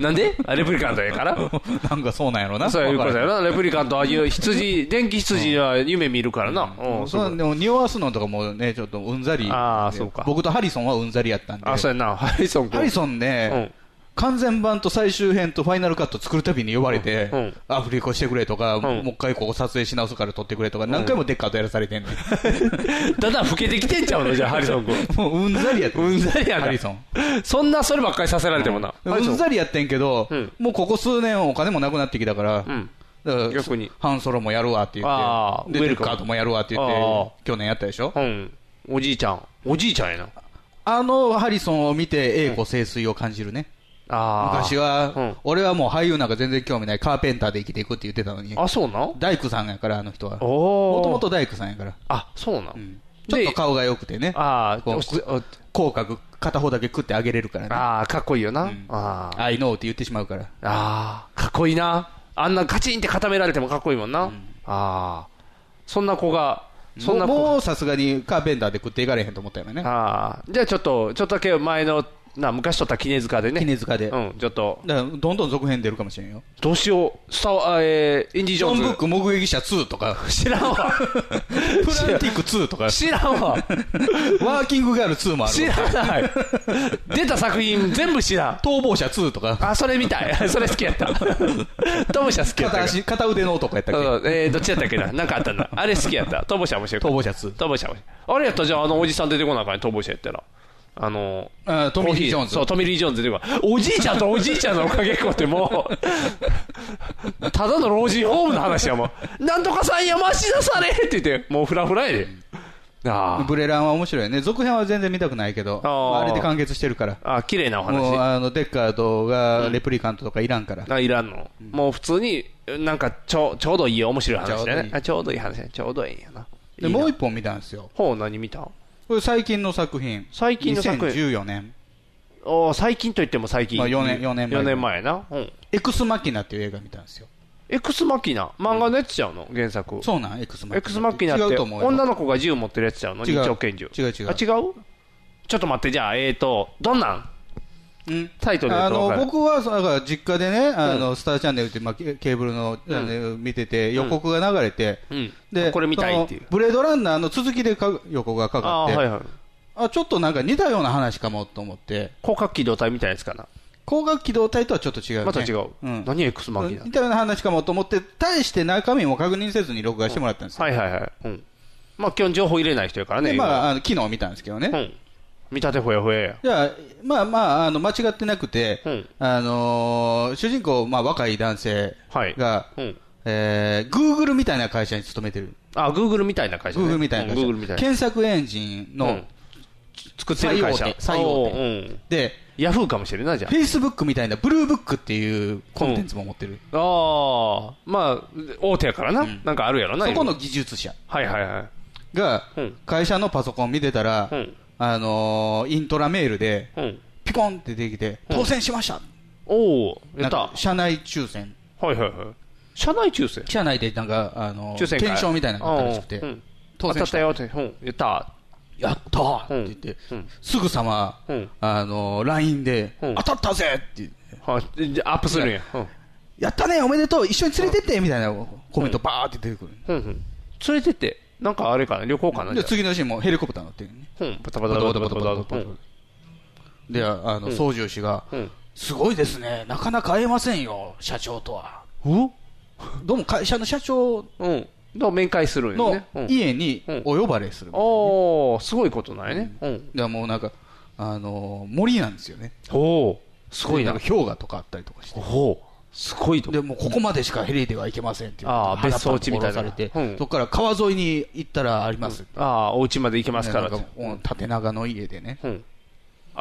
なんであレプリカントやから。 [LAUGHS] なんかそうなんやろなそういうことやわな。レプリカント、ああいう羊、電気羊は夢見るからな。からうんん、そそううでも匂わすのとかもねちょっとうんざりあーそうか僕とハリソンはうんざりやったんであ、そうやな。ハリソン君。ハリソンね、うん完全版と最終編とファイナルカット作るたびに呼ばれて、うんうんアフリコしてくれとか、んもう一回ここ撮影し直すから撮ってくれとか、何回もデッカードやらされ [LAUGHS] てんの、だんだん老けてきてんちゃうのじゃあ、ハリソン [LAUGHS] 君。もううんざりやってるうんざりやなハリソンそんなそればっかりさせられてもな。ハリうソんンざりやってんけど、うんもうここ数年お金もなくなってきたから、うん。だから逆にハンソロもやるわって言あって、ーウェで、デルッカムカードもやるわって言っあーて、去年やったでしょう。ん。おじいちゃん。おじいちゃんやな。あのハリソンを見て、栄枯盛衰を感じるね。ああ。昔うはん、俺はもう俳優なんか全然興味ない、カーペンターで生きていくって言ってたのに、あ、そうなん大工さんやから、あの人は。もおお。ともと大工さんやから。あ、そうなうんん。ちょっでと顔が良くてね。あこうあ、口角、片方だけ食ってあげれるからね。ああ、かっこいいよな。うんああ。 I know って言ってしまうから。ああ、かっこいいな。あんなカチンって固められてもかっこいいもんな。ああ。そんな子が、そんなもう子もうさすがにカーペンターで食っていかれへんと思ったよね。ああ。じゃあちょっと、ちょっとだけ前の、な、昔撮った杵塚でね。絹塚で。だうかん、ちょっと、らどんどん続編出るかもしれんよ。どうしよう。スター、あえー、インディ・ジジョョーンン・ズ。ブック目撃者2と [LAUGHS] か。知らんわ。プランティック2とか、知らんわ。ワーキングガール2もある [LAUGHS] 知わ、らない。出た作品全部知らん。 [LAUGHS] 逃亡者2とか、あ、それみた [LAUGHS] い。それ好きやった。トモシャ好きや片ったから。足片腕の男やったっけ、そうそうえー、どっちやったっけななんかあったな。あれ好きやった。トモシャ面白い。逃亡者2、逃亡者面白いあれやったらじゃあ、あのおじさん出てこなあかんね逃亡者やったら。あのあートミー・リー・ジョーンズ、そう、トミー・リー・ジョーンズ出てこない。おじいちゃんとおじいちゃんのおかげっこってもう、ただの老人ホームの話やもん。なんとかさん山しなされって言って、もうフラフラやで。あーブレランは面白いよね、続編は全然見たくないけど、ああーれで完結してるから、あー、綺麗なおもう話。あのデッカードがレプリカントとかいらんから、あいらんの。もう普通に、なんかちょちょうどいい面白い話だね。あちょうどいい話だね。ちょうどいいんやな。でもう一本見たんですよ、本を何見たこれ最近の作品、最近の作品。 2014年、おー最近といっても最近。まあ四年四年前4年前やな。うん。エクスマキナっていう映画見たんですよ、エクスマキナ。漫画のやつちゃうの原作。そうなん、エクスマキナエクスマキナっ違うてと思うよ女の子が銃持ってるやつちゃうの違二う丁拳銃。違う違うあ、違うちょっと待って、じゃあ、えーと、どんなんうんタイトルであとの分かる僕はそのだから実家でね、あのスターチャンネルって、まあ、ケケーブルの、あの見てて、予告が流れて、うん。でこれ見たいっていうそのブレードランナーの続きでか予告がかかあっーて、あ,、はいはい。ちょっとなんか似たような話かもと思って、広角機動隊みたいなやつかな。光学機動隊とはちょっと違う、ね、また違う。ん何エクスマキナ似たような話かもと思って、対して中身も確認せずに録画してもらったんですよ、はいはいはい。うん。まあ、基本情報入れない人やからね。で今まあ、あの昨日見たんですけどね、うん。見立てほやほやや。じゃあ、まあまあ、あの間違ってなくて、うんあのー主人公、まあ、若い男性はいが、うん。えー、Google みたいな会社に勤めてる、あ、Google みたいな会社、ね。 Google みたいな会う社、ん Google みたいな。検索エンジンの、うん作ってる会社。最大手最大手おーうん。で、ヤフーかもしれんないじゃん。 Facebook みたいな、ブルーブックっていうコンテンツも持ってる、ああ、まあ、大手やからな。うんなんかあるやろな。そこのいろい技術者ろ。はいはいはい。がうん、会社のパソコン見てたら、うんあのーイントラメールで、うん。ピコンって出てきて、うん当選しました、おお、やなっんた。かは社内抽選、いはいはい。社内抽選社内でなんか、あのー抽選会。検証みたいなのがあったらしくて、うんうん当選した当たったよって。うん。やった。やったーってうん言って、うんすぐさま、うんあのー LINE で、うん当たったぜって言って、はい。じゃあアップするんや。うん。やったね、おめでとう、一緒に連れてってみたいなコメント、ばーって出てくる、うんうん。連れてって、なんかあれかな、旅行かな。でじゃ次のシーンもヘリコプター乗ってるね、あうん。バタバタバタバタバタバタバタバタバタバタで、ああの、操縦士が、うん。すごいですね、なかなか会えませんよ、社長とは。うん。どうも会社の社長うん。と面会するんやのね。うん。家にうんお呼ばれする。おお、すごいことないね。うん。でもうなんか、あのー森なんですよね。おお、すごいでななん。か氷河とかあったりとかして。ほう、すごいと。でもうここまでしかヘリではいけませんっていうあー別荘地みたいな腹パン殺されて、うんそこから川沿いに行ったらあります、ああ、お家まで行けますからねなんかうん縦長の家でね、うん。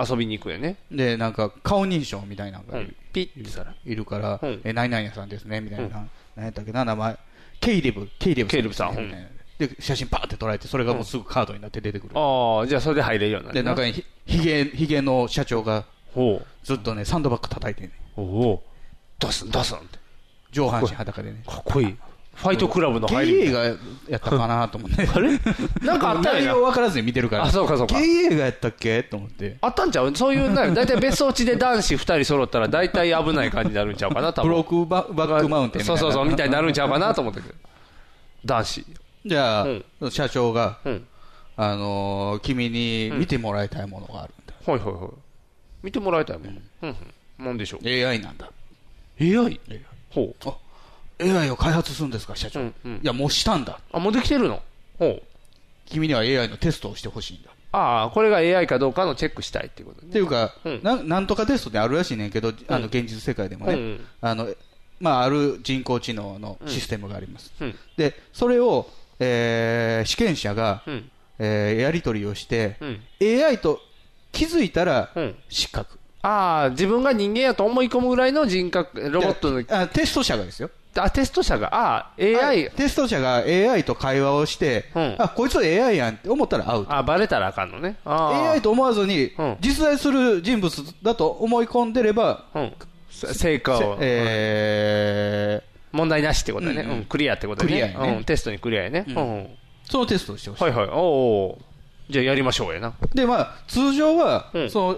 遊びに行くよね。でなんか顔認証みたいなのうがいんる,、。ピッてしたら。いるから、うんえ何々屋さんですねみたいな、何やったっけな名前ケイリブケイリブですねケイリブみさたんいなで写真パーって捉えてそれがもうすぐカードになって出てくる、ああ、じゃあそれで入れるようになるでな。中にひひげひげの社長がほう。ずっとねサンドバッグ叩いてねおおー。出すん、出すんって。上半身裸でねかっこいい。ファイトクラブの入りゲイ映みたい画やったかなと思って [LAUGHS] な。あれなんかあったん内や容な。分からずに見てるからあ、そうかそうか。ゲイ映画やったっけと思ってあったんちゃうそういうな、大体別荘地で男子二人揃ったら大体危ない感じになるんちゃうかな、多ブ分ロックババックマウンテンみたそいうなそうそう、みたいになるんちゃうかなと思ったけど。男子。じゃあ、う社長が、うん。あのー君に見てもらいたいものがあるんだ、はいはいはい。見てもらいたいもん。うんうん。なんでしょう。 AI なんだ AI? ほう。 AI を開発するんですか社長、うんうんいやもうしたんだあ、もうできてるのほう。君には AI のテストをしてほしいんだああ、これが AI かどうかのチェックしたいっていうことっね。ていうか、うんななんとかテストってあるらしいねんけど、あの現実世界でもね、うんうんあのまあ、ある人工知能のシステムがあります、うんでそれを、えー試験者が、うん。えーやり取りをして、うん AI と気づいたらうん失格、ああ、自分が人間やと思い込むぐらいの人格、ロボットの、あテスト者がですよ、あ、テスト者が、ああ、AI、テスト者が AI と会話をして、うんあこいつは AI やんって思ったらアウト。あバレたらあかんのね。ああ AI と思わずにうん、実在する人物だと思い込んでれば、うん。せ成果を、え問題なしってことだね、ううんんうんクリアってことだクねリアやねうん。テストにクリアやね。うん。うんーそのテストをしてほしいはいはい。おお。じゃあやりましょうやな。でまあ通常は、うんその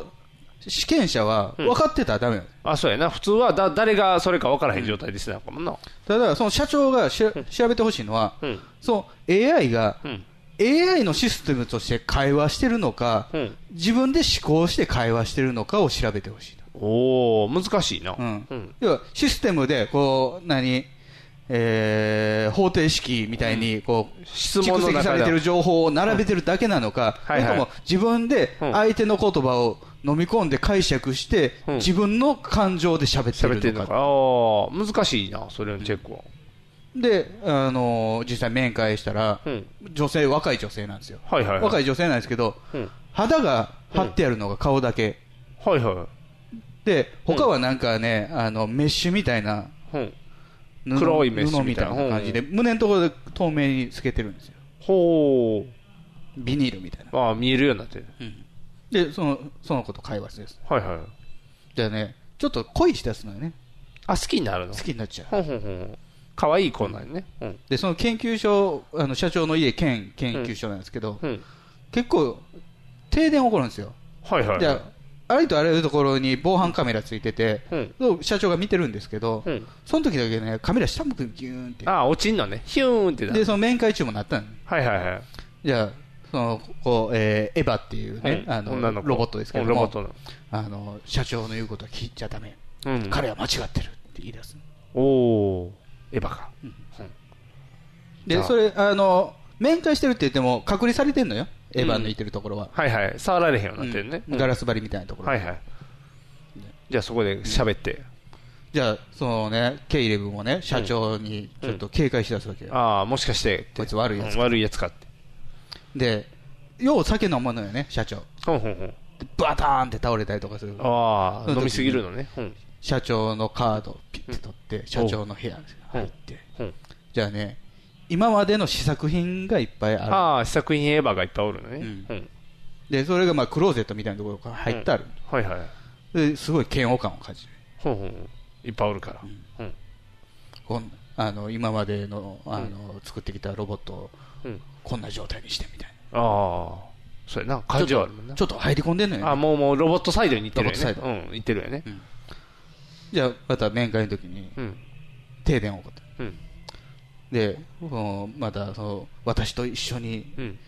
試験者はん分かってたらダメなの、あ、そうやな。普通はだ誰がそれか分からへん状態でしてたのかもな。ただその社長がしら調べてほしいのは、うんその AI が、うん。 AI のシステムとして会話してるのか、うん自分で思考して会話してるのかを調べてほしいと、おお、難しいな。うんうん。要はシステムでこう何、えー方程式みたいにこう、質問蓄の中積でされてる情報を並べてるだけなのか、うんはいはいそれとも自分でうん相手の言葉を飲み込んで解釈して、うん自分の感情で喋って喋ってるるののか。か、ああ、難しいな、それのチェックは。で、あのー実際面会したら、うん女性、若い女性なんですよ、はいはいはい若い女性なんですけど、うん肌が張ってあるのが顔だけ、はいは。で他はなんかね、あのメッシュみたいないうん。布黒いメッシュみたいな布み感じで、胸のところで透明に透けてるんですよ、ほビニールみたいな。う。ああ、見えるようになってる。でそのその子と会話してですはいはい。じゃあねちょっと恋しだすのよねあ、好きになるの好きになっちゃうほんほんほん。可愛い子なんやね。うん。でその研究所あの社長の家兼研究所なんですけど、うん。結構停電起こるんですよ、はいはいはい。じゃあありとあらゆるところに防犯カメラついてて、うん社長が見てるんですけど、うんその時だけねカメラ下向くにギューンってああ、落ちんのね。ヒューンってなでその面会中もなったのはいはいはい。じゃあそのこう、えーエヴァっていうね、うんあの女の子ロボットですけどうんロボもットの。あの社長の言うことは聞いちゃダメ、うん。彼は間違ってるって言い出すおお。エヴァか。でじゃあそれあの面会してるって言っても、隔離されてんのよ、エヴァンのいてるところは。はいはい。触られへんようになってるね。うんガラス張りみたいなところ、はいはい。じゃあそこで喋って。じゃあ、そのね、ケイレブもね、社長にちょっと警戒しだすわけよ、ああ、もしかしてって。こいつ悪いやつうん悪いやつかって。で、よう酒飲むのよね、社長、ほんほんほん。でバターンって倒れたりとかする、ああ、その時飲みすぎるのね。うん。社長のカードをピッて取って、社長の部屋に入って、うん。じゃあね、今までの試作品がいっぱいあああ、試作品エヴァがいっぱいおるのね。うんうん。る、でそれがまあクローゼットみたいなところから入ってある、はいはい。ですごい嫌悪感を感じる。ほんほんほん。いっぱいおるから。うん。こんあの今までのあの、作ってきたロボットをうん。こんな状態にしてみたいああ、そうやな。な感情あるもんなちょ。っと入り込んでんのよ、ねあ、もうもうロボットサイドに行ってるよね。ロボットサうん、行ってるよね。じゃあまた面会の時にうん。停電起こったうん。でこのまたその私と一緒にうん。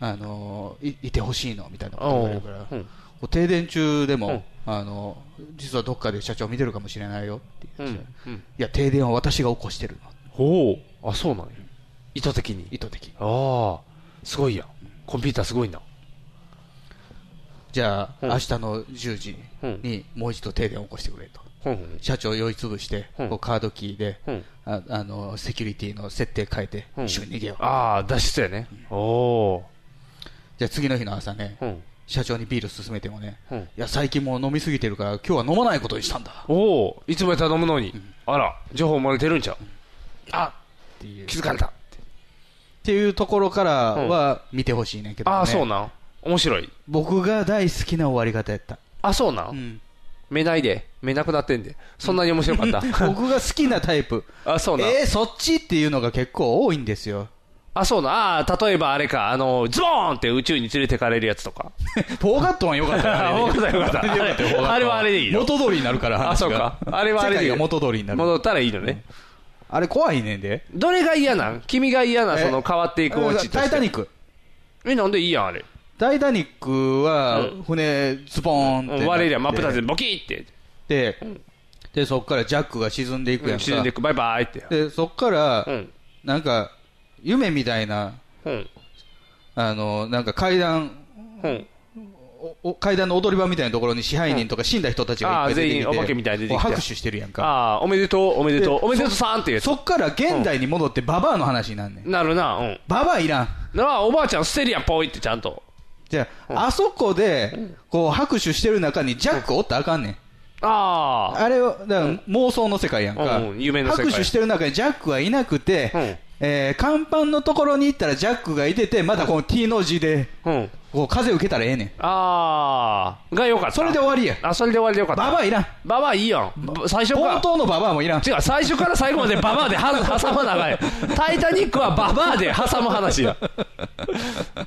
あのいいてほしいのみたいなことお言われるうから、こうん。う停電中でも、うあの実はどっかで社長見てるかもしれないよってう言って、ん。うん。いや停電は私が起こしてるのほう。あ、そうなんや。意図的に。意図的ああ、すごいやん。コンピューターすごいな。じゃあ、うん明日の10時にもう一度停電を起こしてくれとほんほん。社長酔いつぶして、うんこうカードキーで、うんああのセキュリティの設定変えて、うん一緒に逃げようああ、脱出やね。おおじゃあ次の日の朝ね、ー。うん。社長にビール勧めてもね、うんいや最近もう飲みすぎてるから今日は飲まないことにしたんだっおお、いつもやったら飲むのに。あら、情報漏れてるんちゃうあ、ていうっ気づかれた。ていうところからは見てほしいねんけど、ねああ、そうなん。面白い。僕が大好きな終わり方やった、あ、そうな。うんん目ないで。目なくなってんで。そんなに面白か [LAUGHS] った。僕が好きなタイプあ、 [LAUGHS] そうなん。えー、そっちっていうのが結構多いんですよ [LAUGHS] あ、そうな。あー例えばあれか、あの、ズボーンって宇宙に連れてかれるやつとか。フォーガットマンよかった [LAUGHS] よあ、よかったよかった。あれよかったよ [LAUGHS] フォーガットマンあれはあれでいいの。元通りになるから話があ、そうか。あれはあれでいい世の。界が元通りになる戻ったらいいのね。あれ怖いねんでどれが嫌なん君が嫌な、えその変わっていくオチとタしイタて。ニックえ、なんでいいやん、あれ。タイタニックはう船ズボーンってなって割れりゃ真っ二つでボキーって。ででそっからジャックが沈んでいくやんか沈んでいく、バイバイって。でそっからうん。なんか夢みたいなうん。あのなんか階段うん。おお階段の踊り場みたいなところに支配人とか死んだ人たちがいっぱい出てきてあー全員お化けみたいに出てきてこう拍手してるやんかああ、おめでとう、おめでとでう、おめでとうさんっていうやつ。そっから現代に戻ってババアの話になんねんなるな、うん。ババアいらんなあ、おばあちゃん捨てるやん、ぽいってちゃんと。じゃああそこでこう拍手してる中にジャックおったらあかんねんああ。あれは、だから妄想の世界やんか。うんうん夢の世界拍手してる中にジャックはいなくて、うんえー、甲板のところに行ったらジャックがいてて、まだこの T の字で、うん。こう風受けたらええねん。ああ。がよかった。それで終わりや。あ、それで終わりでよかった。ババアいらん。ババアいいやん。最初から本。当のババアもいらん。違う、最初から最後までババアで [LAUGHS] は挟まなあかんやんタイタニックはババアで挟む話や。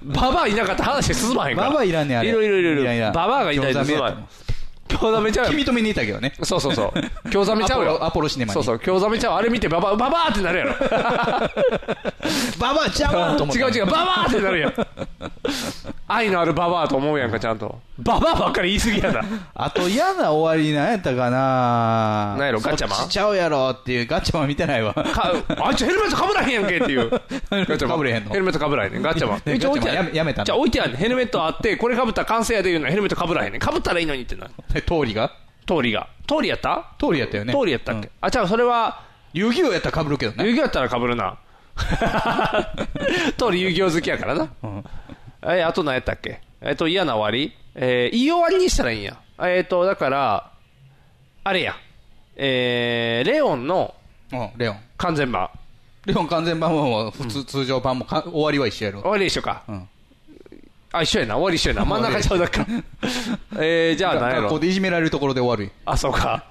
ババアいなかったら話進まへんから。ババアいらんねん、あれ。いろいろいろいろらんらんババアがいないと興ざめやった進もん興ざめちゃうや君と見に行ったけどね。ん。そうそうそう。興ざめちゃアうポロよ。アポロシネマにそうそう、興ざめちゃう。あれ見てババア、ババアって [LAUGHS] なるやろ。ババアちゃうわと思った。違う違う、ババアってなるやん。愛のあるババアと思うやんか、ちゃんと。ババアばっかり言い過ぎやな。あと嫌な終わりなんやったかななんやろガチャマンそっちちゃうやろっていう、ガチャマン見てないわ。かあいつヘルメットかぶらへんやんけっていう。かぶれへんのヘルメットかぶらへんねん。ガチャマン。ね一応置いてあガチャマンるやめやめたのじゃあ置いてあるねんヘルメットあって、これかぶったら完成やで言うのヘルメットかぶらへんねん。かぶったらいいのにってな。 [LAUGHS] 通りが通りが。通りやった通りやったよね。通りやったっけ、うんあ、じゃあそれは、遊戯王やったら被るけどね遊。戯王やったらかぶ [LAUGHS] るな。通り遊戯王好きやからな。え、あと何やったっけえっと、嫌な終わりえー、いい終わりにしたらいいんや。えっと、だから、あれや。えー、レオンのうん、レオン。完全版。レオン完全版ももう普通、通常版もか終わりは一緒やろ終。わりでしょか。うんあ、一緒やな。終わり一緒やな。真ん中ちゃうだっか。えー、じゃあ何や学校ろ。でいじめられるところで終わる。あ、そうか。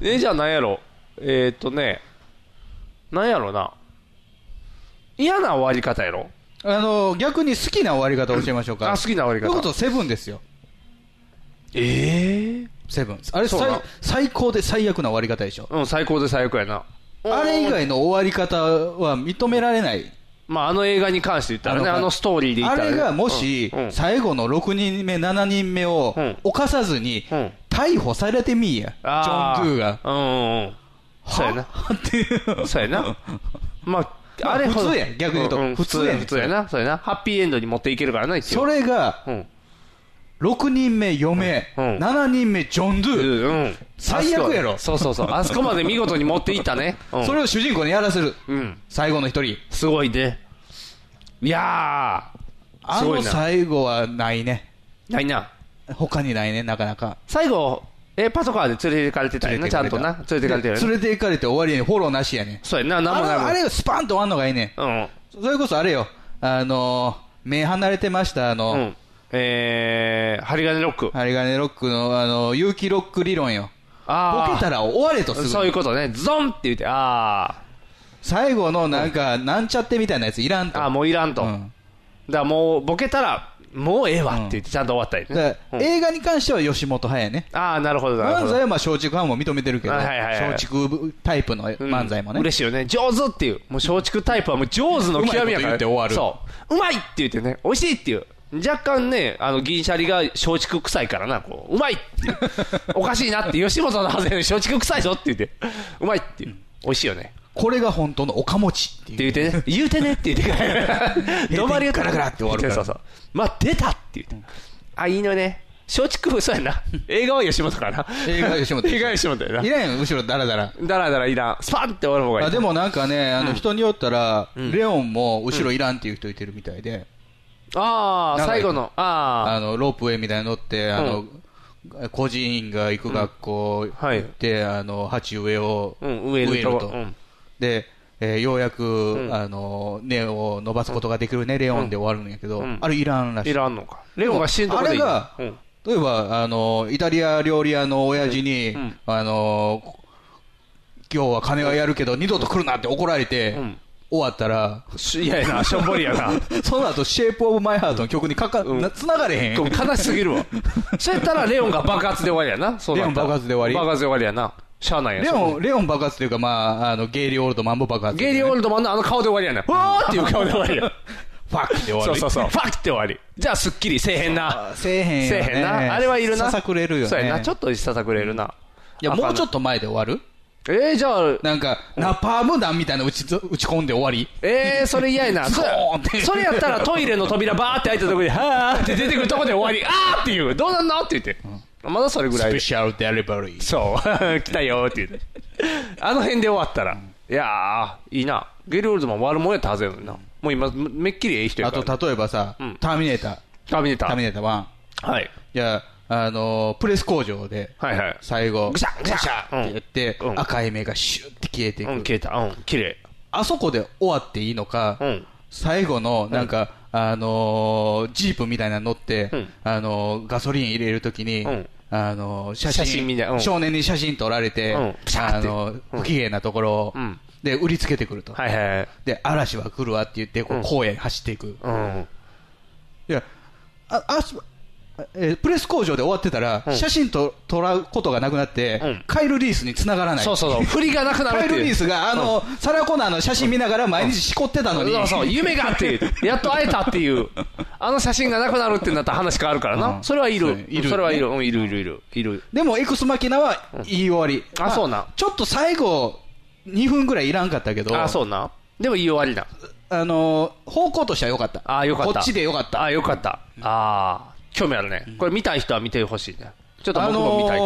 えー、じゃあ何やろ。えー、っとね、何やろな。嫌な終わり方やろ。あの、逆に好きな終わり方教えましょうか。あ、好きな終わりというこ方と。はセブンですよ。ええセブン。あれそうな最、最高で最悪な終わり方でしょ。うん、最高で最悪やな。あれ以外の終わり方は認められない。まあ、あの映画に関して言ったらね、あのストーリーで言っあたら、れね。がもしうん、うん最後の6人目、7人目をうん犯さずにうん、逮捕されてみーや。ジあョン・ドゥが。うんうんうん。そうやな。っていう。そうやな。まあ、まああれほど普通やん逆に言うとんん普通や普通普通ややなそうやなハッピーエンドに持っていけるからな一応それが、うん6人目、嫁、名うん7人目、ジョンドうゥ、ん最悪やろあそこそうそうそうあそこまで見事に持っていったねうんそれを主人公にやらせる、うん最後の一人。すごいねいやあすごのいな最後はないね。ーないな他にないね、なかなか。最後えパトカーで連れてかれてたよなちゃんとな連れてかれてでるよね連れて行かれて終わりにフォローなしやねん。そうやなあ何もなのあいれをスパンと終わんのがいいねうんん。それこそあれよ、あのー、目離れてました、あの、うんえー針金ロック針金ロックの、あの、有機ロック理論よ。あーボケたら終われとする。そういうことねゾンって言ってあ最後のなんか、なんちゃってみたいなやついらんーと。あーもういらんと、うんだからもうボケたらもうええわって言ってちゃんと終わったりだからね、うん映画に関しては吉本派やね。ああなるほどなるほ漫ど才はまあ松竹派も認めてるけど、はいはいはいはい松竹タイプのうん漫才もね。嬉しいよね上手っていうもう松竹タイプはもう上手の極みやからうまいこと言って終わるそううまいって言ってね美味しいっていう若干ねあの銀シャリが松竹臭いからなこう [LAUGHS] うまいっていうおかしいなって吉本のはずやのに松竹臭いぞって言ってうまいっていう美味しいよねこれが本当のおかもちってっいう。て言ってね、言うてねって言って [LAUGHS] から、どまり言ったガラガラって終わるからそうそう。まあ、出たって言って。あ、いいのね。松竹風、そうやな。映画は吉本かな。映画は吉本映画は吉本やいな。らんよ、後ろだらだら。だらだらいらん。スパンって終わる方がいい。あでもなんかね、あの人によったら、んレオンも後ろいらんっていう人いてるみたいで、ああ、長い最後の、ああのロープウェイみたいに乗って、あの、孤児院が行く学校はい行って、あの鉢植えをあ、うん、植上えのるととこ。う。んで、えーようやく、んあの根を伸ばすことができるね、レオンで終わるんやけど、うんあれいらんらしいいらんのか。レオンが死ぬとこでいい。あれがうん例えばあのイタリア料理屋の親父に、うんあの今日は金はやるけど、二度と来るなって怒られて、うん終わったら、いやいやな、しょんぼり [LAUGHS] やな。その後シェイプオブマイハートの曲にかか、んな繋がれへん。悲しすぎる [LAUGHS] わ。そうやったら、レオンが爆発で終わりやな。そうなったらレオン爆発で終わり爆発で終わりやな。しゃあないやレそこオでン、レオン爆発というか、まあ、あの、ゲイリー・オールドマンボ爆発、ゲイリー・オールドマンのあの顔で終わり [LAUGHS] やな。うわーっていう顔で終わりや。ファックで終わそる。うそうそう。ファッって終わり。じゃあ、すっきりせえへんな。せえへんよ、せね。えへんな。あれはいるな。ささくれるよね。そうやな。ちょっとささくれるな。いや、もうちょっっと前で終わると。えー、じゃあ、なんか、ナパーム弾みたいなの打ちつ打ち込んで終わり。えー、それ嫌や [LAUGHS] な。そーンってそれやったらトイレの扉バーって開いた [LAUGHS] とこに、はーって出てくるとこで終わり。あーっていう。どうなんのって言って。まだそれぐらスいペで。シャルデリバリー。そう。来たよーって言って。あの辺で終わったら。いやー、いいな。ゲイリー・オールドマン悪者やったはずやのにな。もう今、めめっきりええ人やあから。と、例えばさ、うんターミネーター。ターミネータターミー。ネーター1。はい。いや、あのープレス工場で、はいはい。最後、ぐしゃぐしゃぐしゃってやって、うん赤い目がシューって消えていく。うん、消えた。うん、綺麗。あそこで終わっていいのか、うん。最後の、なんか、あのージープみたいなの乗って、うんあのーガソリン入れるときに、うんあのー写真写真みたいなうん少年に写真撮られて、うんピシャーあってのーうん不機嫌なところを、うんで、売りつけてくると。はいはいはい。で、嵐は来るわって言って、こううん荒野に走っていく。いうん。や、あ、あそえープレス工場で終わってたら、ん写真と撮らうことがなくなって、うんカイル・リースに繋がらない。そうそうそう。振りがなくなるカっイてル・リいーう。スが、あの、サラ・コナーの写真見ながら毎日しこってたのに、そうそう、 [LAUGHS] 夢があっていう、やっと会えたっていう、あの写真がなくなるってなったら話変わるからな、うんそれはいそるうねいるそれはいる、うん、いるいるいる、いる、でも、エクスマキナはいい終わり。あそうなんちょっと最後、2分ぐらいいらんかったけど、あそうな、でも言い終わりだ、あのー、方向としては良かった。あよかった、こっちで良かった。あよかった、あー興味あるね、これ見たい人は見てほしいね、ちょっと僕も見たいけど、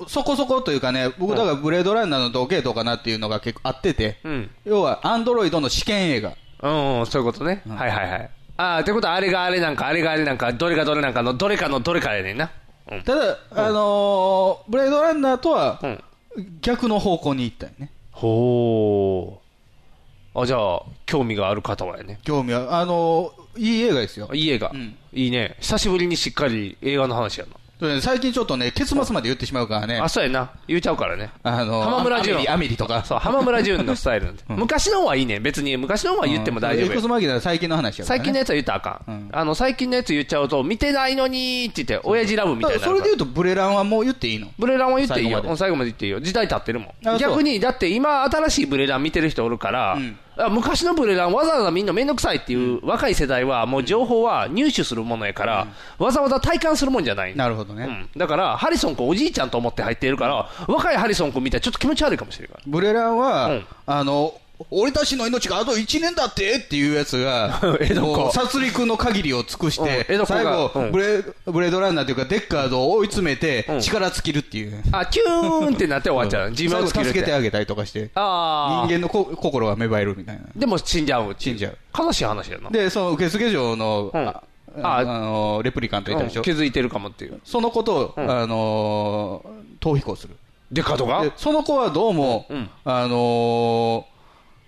のーそこそこというかね、僕、だからブレードランナーの同系統かなっていうのが結構あってて、うん、要は、アンドロイドの試験映画。うん、そういうことね。はいはいはい。ああ、ってことは、あれがあれなんか、あれがあれなんか、どれがどれなんかの、どれかのどれかやねんな。うん。ただ、あのーブレードランナーとはうん。逆の方向に行ったよね。ほう。あ、じゃあ、興味がある方はやね。興味は、あのーいい映画ですよ。いい映画。うんいいね。久しぶりにしっかり映画の話や最近ちょっとね、結末まで言ってしまうからねな。あ、、そうやな。言うちゃうからね。あのー浜村ア淳メリアメリとか、そう、浜村淳のスタイルなんで。昔の方はいいね。別に昔の方は言っても大丈うんエク夫スや。マギナは最近の話やから、ね、最近のやつは言ったらあかうんん。あの、最近のやつ言っちゃうと、見てないのにーって言って、親父ラブみだたかいらになそるれかでら言うとブレランはもう言っていいのブレランは言っていい最後まよでうん最後まで言っていいよ時代経ってるもあそうん逆にだって今新しいブレラン見てる人おるから、うんあ昔のブレランわざわざみんな面倒くさいっていう若い世代はもう情報は入手するものやから、わざわざ体感するもんじゃないなるほどうね、ん、だからハリソン君おじいちゃんと思って入っているから若いハリソン君見たらちょっと気持ち悪いかもしれないからブレランは、うんあの俺たちの命があと1年だってっていうやつが [LAUGHS] 江戸っ子もう殺戮の限りを尽くしうん江戸てっ子が最後うんブレブレードランナーというかデッカードを追い詰めてうん力尽きるっていうあ、キューンってなって終わっちゃう。自最分を後つける助っけてて。あげたりとかして人ああ。間のこ心が芽生えるみたいなでも死んじゃう。死んじゃう。悲しい話やな。でその受付嬢のうんあああのレプリカントいたでしょうん気づいてるかもっていう。その子とうんあの逃避行するでかとかでその子はどうも、うんうんあのー、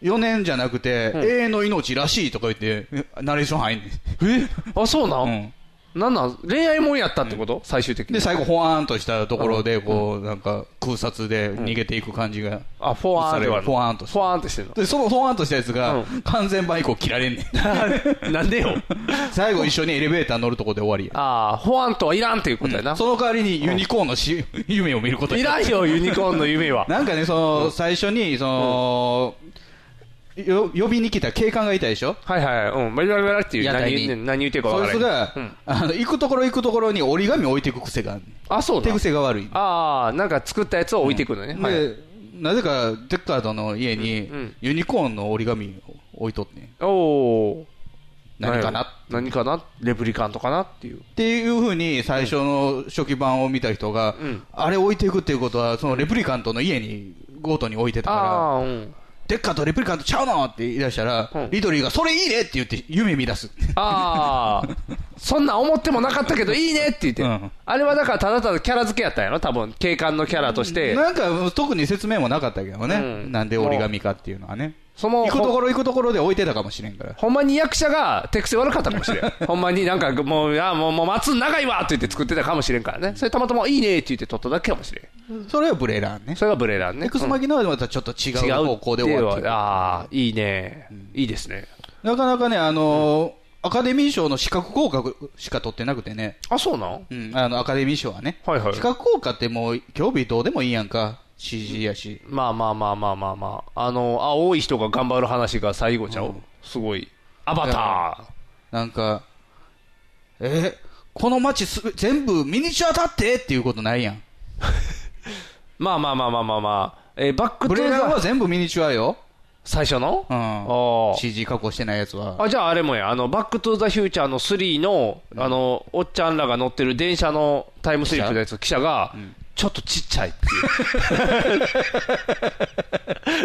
4年じゃなくて、うん永遠の命らしいとか言って、ナレーション入んねん。えあ、そうなうんんなんなん恋愛もんやったってこと最終的にで、。最後、ほわーんとしたところで、こう、なんか、空撮で逃げていく感じが。あ、フォアーンって言われるフォアーンとしてフォアーンってしてるで、そのほわーんとしたやつが、うん完全版以降切られんねん。の。 [LAUGHS] なんでよ。最後、一緒にエレベーター乗るとこで終わりや。ああ、フォアーンとはいらんっていうことやう。なんその代わりにユニコーンのし、 [LAUGHS] 夢を見ることいにならるんよ、ユニコーンの夢は。 [LAUGHS] なんかね、その、最初に、その、よ呼びに来た警官がいたでしょはいはいはい。うん。バリバリバリっていう。屋台何に言う何言ってるか分そかいらつが、うんあの行くところ行くところに折り紙を置いていく癖がある、あ、そう手だ。癖が悪い、ああ、なんか作ったやつを置いていくのね。はい。でなぜかデッカードの家にうんうんユニコーンの折り紙を置いとって、ね、おお。何かなっ何かなレプリカントかなっていう。ていうふうに最初の初期版を見た人が、うんあれ置いていくっていうことはそのレプリカントの家にゴートに置いてたからああ、うん。デッカードレプリカントちゃうのって言い出したら、うんリトリーがそれいいねって言って夢見出すああ、そんなん思ってもなかったけど、いいねって言って、うんあれはだからただただキャラ付けやったんやろ、多分警官のキャラとして、なんか特に説明もなかったけどね、うんなんで折り紙かっていうのはねその行くとこほろ行くところで置いてたかもしれんからほんまに役者が手癖悪かったかもしれん、 [LAUGHS] ほんまになんかもう、いやもう、もう松長いわって言って作ってたかもしれんからね、それたまたまいいねって言って撮っただけかもしれん、それはブレランねそ。れがブレランね。エクスマキノはまたちょっと違うん違うう方向で終わっってていうるのはああ、いいね、いいですね。なかなかね、あのーアカデミー賞の視覚効果しか取ってなくてね、あ、そうなんうん、あのアカデミー賞はね、はいはい視覚効果ってもう、興味どうでもいいやんか、CG やし、まあまあまあまあまあまあ、あの、青い人が頑張る話が最後ちゃう、すごい。アバタなんか、えこの街すべ全部ミニチュアだってっていうことないやん、ー。まあまあまあまあまあまあ、えーバックトブゥレーランはザ全部ミニチュアよ、最初の、うあん、ー CG 加工してないやつは。あ。じゃああれもや、あの、バックトゥーザフューチャーの3の、あの、おっちゃんらが乗ってる電車のタイムスリップのやつ、記者が、ちょっとちっちゃい [LAUGHS] ってい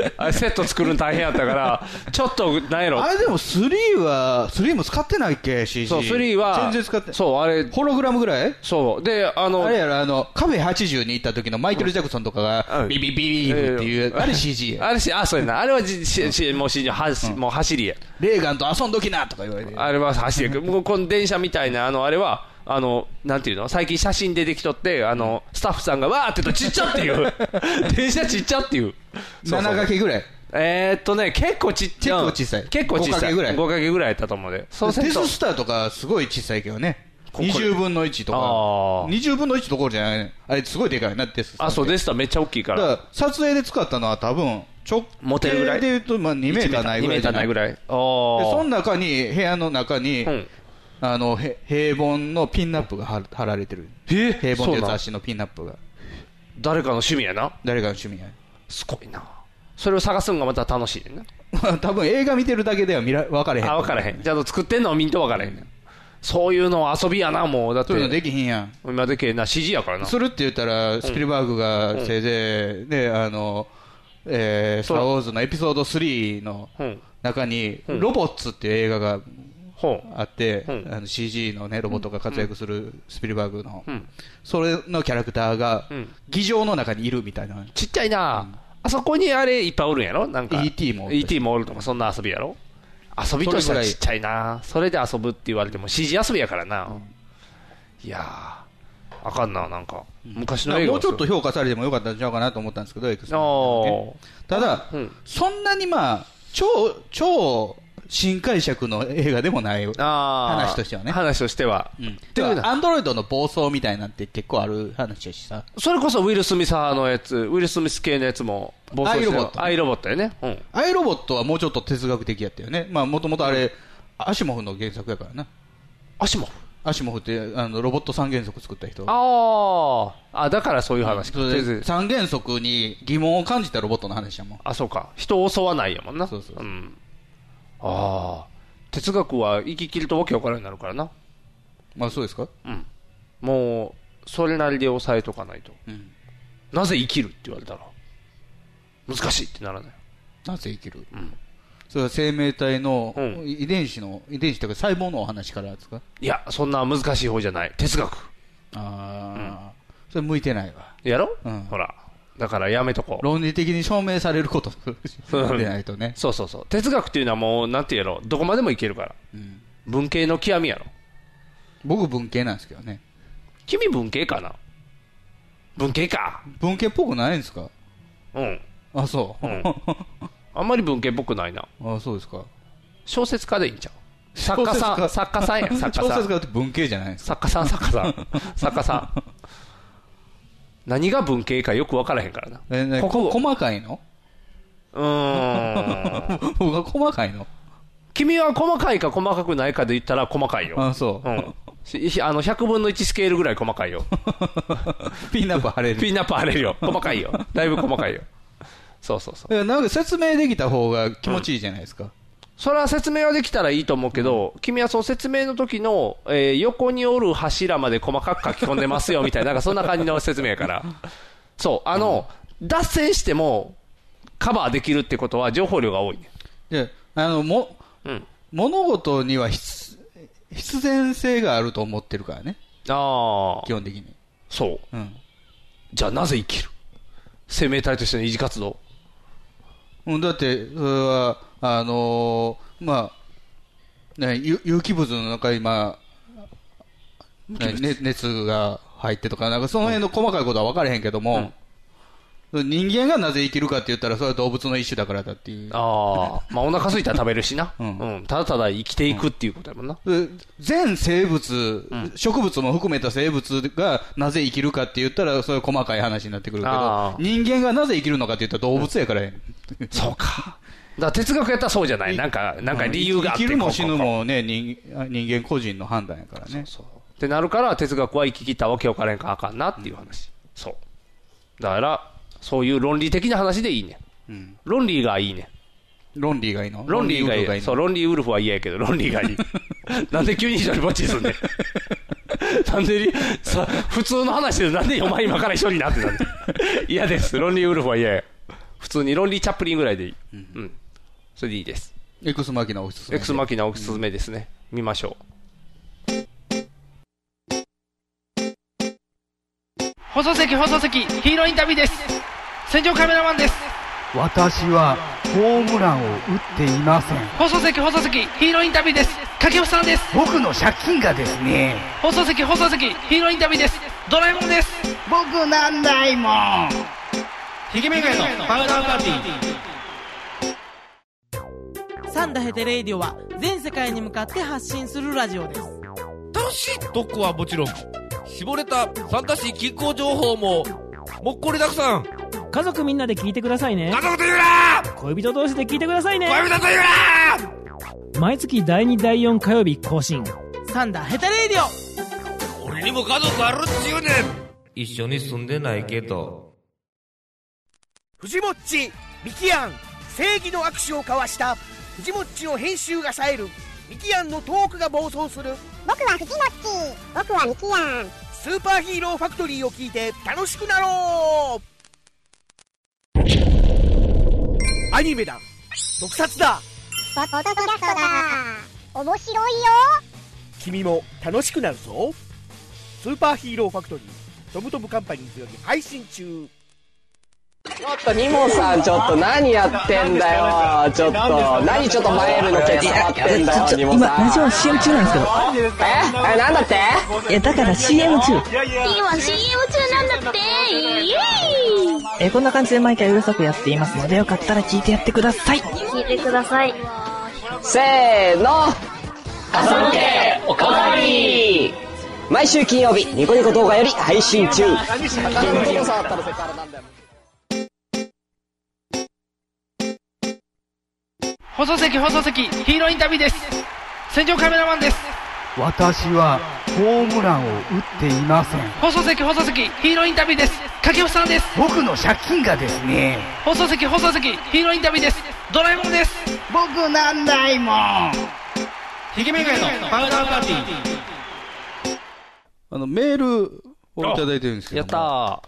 う。あれセット作るの大変やったから、ちょっと、なんやろあ。れでも3は、3も使ってないっけ、CG。そう、3は、全然使ってない。そう、あれ、ホログラムぐらいそう。で、あの、あれやろ、あの、カフェ80に行った時のマイケル・ジャクソンとかうが、んビビビビーっていう、あれ CG や。あれし、あ、そうやな。あれはじ、し、し、もう、し、はし、もう走りや。レーガンと遊んどきなとか言われて。あれは走りや。もう、この電車みたいな、あの、あれは、あの、なんていうの最近写真出てきとって、あの、スタッフさんが、わーって言うと、ちっちゃっ [LAUGHS] ていう。電車ちっちゃっていう。 7掛けぐらい。えーっとね、結構ちっちゃい。結構小さい結構小さい。五掛けぐらい5掛けぐらいやったと思うで。そデうせんとススターとかすごい小さいけどね。これ20分の1とかあ。ー20分の1どころじゃない。あれすごいでかいな、デススター。あ、そう、デスタめっちゃ大きいか。だからら、撮影で使ったのは多分、直モテるぐらい径で言うと、まあ2メーターないぐらいじゃ2メーターなないい。ぐで、らい。ああ。その中に、部屋の中にう、ん。あの、へ平凡のピンナップが貼貼られてる。平え凡というそうなん雑誌のピンナップが。誰かの趣味やな。誰が趣味や。 [LAUGHS] すごいな。それを探すのがまた楽しいねんな。まあ多分映画見てるだけでは見ら分かれへん。あ、分からへん。じゃあ、作ってんのは見んと分からへんねん。そういうの遊びやな、もう。だってそういうの、できひんやん。今でけえな、指示やからな。するって言ったら、スピルバーグがせいぜい、ね、あの、えー、スそうター・ウォーズのエピソード3のうん。中に、うんロボッツっていう映画がほう。あって、うんあの CG のね、ロボットが活躍するスピルバーグの、うん。それのキャラクターがうん、議場の中にいるみたいな。ちっちゃいな。あそこにあれいっぱいおるんやろなんか。 ET もおる ET もおるとか、そんな遊びやろ遊びとしてはちっちゃいな。それで遊ぶって言われても、指示遊びやからな。いやー、あかんな、なんか。昔の映も画はうちょっと評価されてもよかったんちゃうかなと思ったんですけど、エクスあーただ、うんそんなにまあ、超、超新解釈の映画でもない。あー話としてはね話としては。うんてていうのか、アンドロイドの暴走みたいなんて結構ある話やしさ。それこそウィル・スミス派のやつ、ウィル・スミス系のやつも暴走してるアイロボットアイロボットやね。うん。アイロボットはもうちょっと哲学的やったよね。まあ、もともとあれ、アシモフの原作やからな。アシモフ。足も振ってあのロボット三原則作った人ああ、あ、だからそういう話か。そとれりあでえず三原則に疑問を感じたロボットの話やもんあ、そうか。人を襲わないやもんな。。そうそうそうんああ、哲学は生き切るとわけわからんようになるからな。まあそうですか、もう、それなりで抑えとかないと。うん、なぜ生きるって言われたら、難しいってならない。なぜ生きる、んそれは生命体のうん遺伝子の遺伝子というか細胞のお話からですかいや、そんな難しい方じゃない。哲学。ああ、それ向いてないわやろ、うんほら。だからやめとこう。論理的に証明されることでないとね、そうそうそう。哲学っていうのはもう、なんて言うやろ。どこまでもいけるから。うん、文系の極みやろ。僕文系なんですけどね君文系かな文系か。文系っぽくないんですかうん。あそう、 [LAUGHS] うんあんまり文系っぽくないな。あそうですか小説家でいいんちゃう作家さん、小説作家 [LAUGHS] さんや、作小家さ説ん。家って文系じゃないんですか作家さん、作家さ [LAUGHS] ん。作家さん。何が文系かよく分からへんからな。えねここ細かい [LAUGHS] のうーん。僕は細かいの君は細かいか細かくないかで言ったら細かいよ。あそうう、ん。ししあの、100分の1スケールぐらい細かいよ。 [LAUGHS] ピンナップ貼れるピンナップあれるよ。細かいよ。だいぶ細かいよ。そうそうそう。いやなんか説明できた方が気持ちいいじゃないですか、それは説明はできたらいいと思うけど、君はその説明の時の、えー横におる柱まで細かく書き込んでますよみたいな、なんかそんな感じの説明やから。そう、あの、脱線してもカバーできるってことは情報量が多いね。であのもうん。物事には必必然性があると思ってるからねあ基あ、本的に、そう。うんじゃあなぜ生きる生命体としての維持活動。うん、だってそれはあのーまあ、ね、有有機物の中に、まあね、熱熱が入ってとかなんかその辺の細かいことは分からへんけども、人間がなぜ生きるかって言ったらそれは動物の一種だからだっていうああ、まあお腹空いたら食べるしな。ううんん、ただただ生きていくっていうことやもんな。う全生物、植物も含めた生物がなぜ生きるかって言ったら、そういう細かい話になってくるけあどー、人間がなぜ生きるのかって言ったら動物やからやん、そうか。だから哲学やったらそうじゃない。なんか、なんか理由があっ生て。きるこもうこ死うこうぬもね人、人間個人の判断やからね。そうってなるから哲学は生き切ったわけわからへんからあかんなっていう話、そうだからそういう論理的な話でいいねうん論理がいいね論理がいいの論理がいい論そう論理ウルフは嫌やけど論理がい [LAUGHS] いなんで急に一人ぼっちにすん [LAUGHS] ねんなんでりさ普通の話でなんでお前今から一緒になってたんだ嫌です論理ウルフは嫌や普通に論理チャップリンぐらいでいい、うんそれでいいですエクスマキナおすすめエクスマキナおすすめですね、見ましょう放送席放送席ヒーローインタビューです戦場カメラマンです私はホームランを打っていません放送席放送席ヒーローインタビューです掛布さんです僕の借金がですね放送席放送席ヒーローインタビューですドラえもんです僕なんないもんひげめがえのパウダーパーティーサンダヘテレイディオは全世界に向かって発信するラジオです楽しい特区はもちろん、絞れた参加し近郊情報も、もっこりだくさん。家族みんなで聞いてくださいね家族と言うな恋人同士で聞いてくださいね恋人と言うな毎月第2第4火曜日更新サンダヘテレイディオ俺にも家族あるっちゅうねん一緒に住んでないけど。藤もっちミキアン正義の握手を交わした藤もっちの編集が冴えるミキアンのトークが暴走する僕は藤もっち僕はミキアンスーパーヒーローファクトリーを聞いて楽しくなろうアニメだ特撮だポッドキャストだ面白いよ君も楽しくなるぞスーパーヒーローファクトリートムトムカンパニーズより配信中ちょっとニモさんちょっと何やってんだよちょっと何ちょっと前ルのケツ触ってんだよニモさん今ラジオ CM 中なんですけどええなんだってえだから CM 中今 CM 中なんだってイエーイえこんな感じで毎回うるさくやっていますのでよかったら聞いてやってください聞いてくださいせーの朝向けおかわり毎週金曜日ニコニコ動画より配信中放送席放送席ヒーローインタビューです戦場カメラマンです私はホームランを打っていません放送席放送席ヒーローインタビューです掛布さんです僕の借金がですね放送席放送席ヒーローインタビューですドラえもんです僕なんないもんひげめがのパウダーパーティーあの、メールをいただいてるんですけどやったー。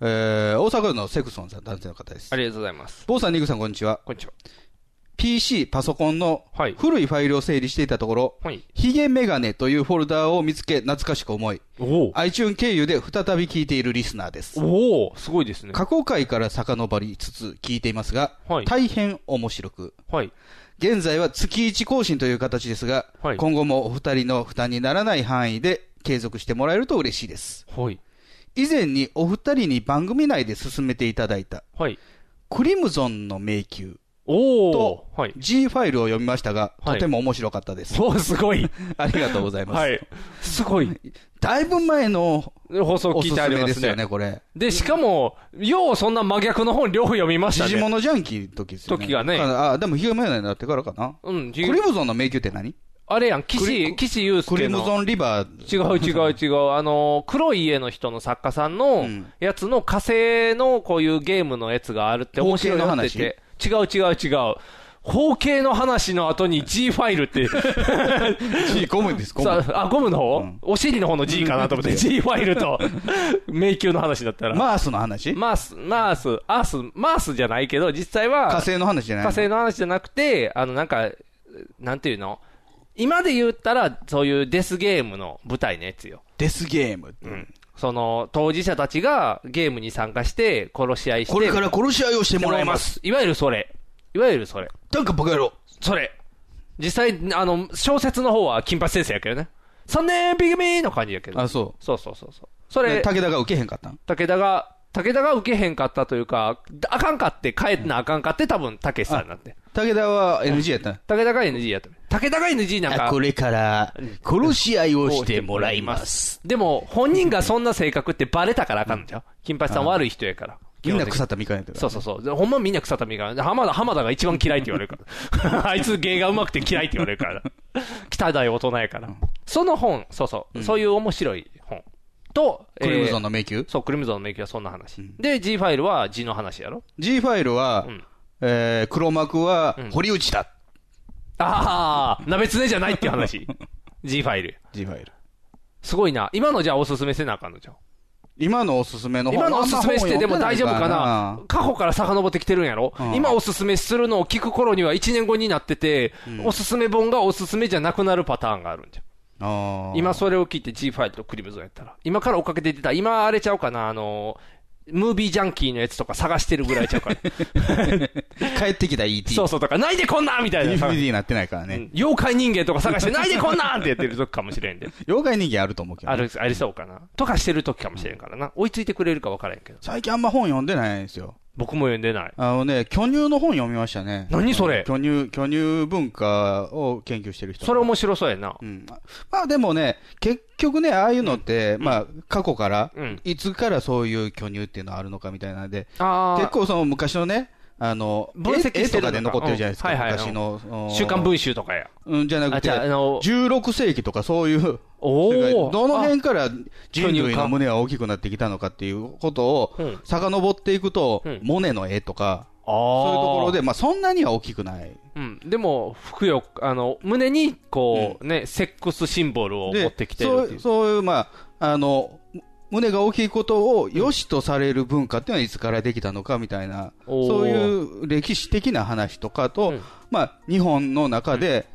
えー、大阪府のセクソンさん、男性の方です。ありがとうございます。坊さん、ニグさん、こんにちは。こんにちは。 PC、パソコンの古いファイルを整理していたところ、ヒゲメガネというフォルダーを見つけ、懐かしく思い、iTune 経由で再び聞いているリスナーです。おおすごいですね。過去回から遡りつつ聞いていますが、大変面白く、現在は月1更新という形ですが、今後もお二人の負担にならない範囲で継続してもらえると嬉しいです。以前にお二人に番組内で進めていただいた、クリムゾンの迷宮と G ファイルを読みましたが、はいとても面白かったです。おーすごいありがとうございます。 [LAUGHS] はいすごい。だいぶ前の放送聞いてありますね。おすすめですよねこれ。で、しかも、ようそんな真逆の本両方読みましたね。時事物ジャンキーの時ですよね。時がねあ、あでもヒゲメガネになってからかな。うん、クリムゾンの迷宮って何あれやん、岸、岸優介の。クリムゾンリバー。違う違う違う。あの、黒い家の人の作家さんのやつの火星のこういうゲームのやつがあるって面白いなってて。違う違う違う。方形の話の後に G ファイルって。 [LAUGHS] G ゴムです、ゴム。あ、ゴムの方、お尻の方の G かなと思って、G ファイルと、迷宮の話だったら。マースの話マース、マース、アース、マースじゃないけど、実際は。火星の話じゃない火星の話じゃなくて、あの、なんか、なんていうの今で言ったら、そういうデスゲームの舞台のやつよ。デスゲーム。その、当事者たちがゲームに参加して、殺し合いして。これから殺し合いをしてもらいます。いわゆるそれ。いわゆるそれ。なんかバカ野郎。それ。実際、あの、小説の方は金八先生やけどね。三年ビグミーの感じやけど。あ、そう。そうそうそうそう。それ、で武田が受けへんかったん武田が、武田が受けへんかったというか、あかんかって、帰んなあかんかって、多分、武さんなんで。武田は NG やったん武田が NG やった。武田が NG なんか。これから、殺し合いをしてもらいます。でも、本人がそんな性格ってバレたからあかんのじゃん。金八さん悪い人やから。みんな腐ったみかんやったそうそうそう。でほんまみんな腐ったみかん。で浜田、浜田が一番嫌いって言われる [LAUGHS] から。あいつ芸が上手くて嫌いって言われるから。汚い大人やから。その本、そうそう。そういう面白い本。と、クリムゾンの迷宮そう、クリムゾンの迷宮はそんな話。で、G ファイルは G の話やろ G ファイルは、えー黒幕は堀内だ。ああ、鍋つねじゃないってい [LAUGHS] う話。G ファイル。 G ファイル。すごいな。今のじゃあおすすめせなあかんのじゃん。今のおすすめの本今のおすすめしてでも大丈夫かあんまな本読んでないからな過去から遡ってきてるんやろ、うん今おすすめするのを聞く頃には1年後になってて、んおすすめ本がおすすめじゃなくなるパターンがあるんじゃん。あー今それを聞いて G ファイルとクリムゾンやったら。今から追っかけて出た。今あれちゃうかなあの、ムービージャンキーのやつとか探してるぐらいちゃ [LAUGHS] うから。帰ってきた ET。そうそうとか、ないでこんなんみたいな。 DVD になってないからね。妖怪人間とか探して、ないでこんなんってやってる時かもしれ [LAUGHS] んで。妖怪人間あると思うけど、ある、ありそうかな。とかしてる時かもしれんからな。追いついてくれるか分からへんけど。最近あんま本読んでないんですよ。僕も読んでない。あのね、巨乳の本読みましたね。何それ巨乳、巨乳文化を研究してる人。それ面白そうやな。うん。まあでもね、結局ね、ああいうのって、まあ、過去から、うんいつからそういう巨乳っていうのはあるのかみたいなんで、あー結構その昔のね、あの、分析絵してとるのかで残かってるじゃないですか、うんはいはい昔のう。んおー週刊文集とかや。うん、じゃなくて、あじゃああの16世紀とかそういう、おーどの辺から人巨乳か類の胸は大きくなってきたのかっていうことをうん遡っていくと、モネの絵とか、そういうところで、まあそんなには大きくない。うん。でも、服よ、あの、胸に、こう、ね、セックスシンボルを持ってきてるそっていううそういう、まあ、あの、胸が大きいことを良しとされる文化っていうのはいつからできたのかみたいな、おーそういう歴史的な話とかと、まあ、日本の中で、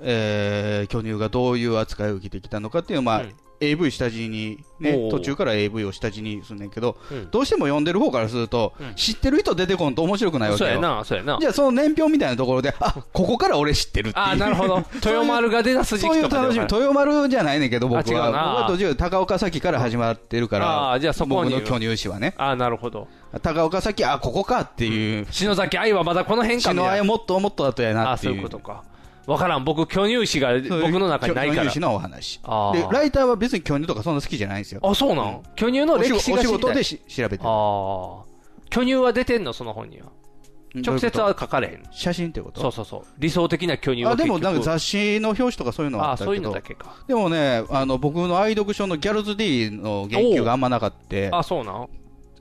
えー巨乳がどういう扱いを受けてきたのかっていうのは、まあ、AV 下地に、おね、ー途中から AV を下地にするんだけど、うんどうしても読んでる方からすると、知ってる人出てこんと面白くないわけそうよ。やな、そうやな。じゃあその年表みたいなところで、あ、ここから俺知ってるっていう。あーなるほど豊丸が出だす時期とかでそういう楽しみ。豊丸じゃないねんけど、僕は。あ違うな僕は途中、高岡崎から始まってるから。あーじゃあそこに僕の巨乳誌はね。ああ、なるほど。高岡崎、あ、ここかっていう。篠崎愛はまだこの辺かみたいな篠愛もっともっと後やなあっていそうう。いうことか。わからん。僕、巨乳誌が僕の中にないから。巨乳誌のお話。あでー、ライターは別に巨乳とかそんな好きじゃないんですよ。あ、そうなん巨乳の歴史がお仕知りたい事お仕事でし調べてる。ああ。巨乳は出てんのその本には。直接は書かれへん。写真ってことそうそうそう。理想的な巨乳はあ結で局もなんか雑誌の表紙とかそういうのはあったけどあそういうのだけかでもねあの僕の愛読書のギャルズ D の言及があんまなかってあ、そうなん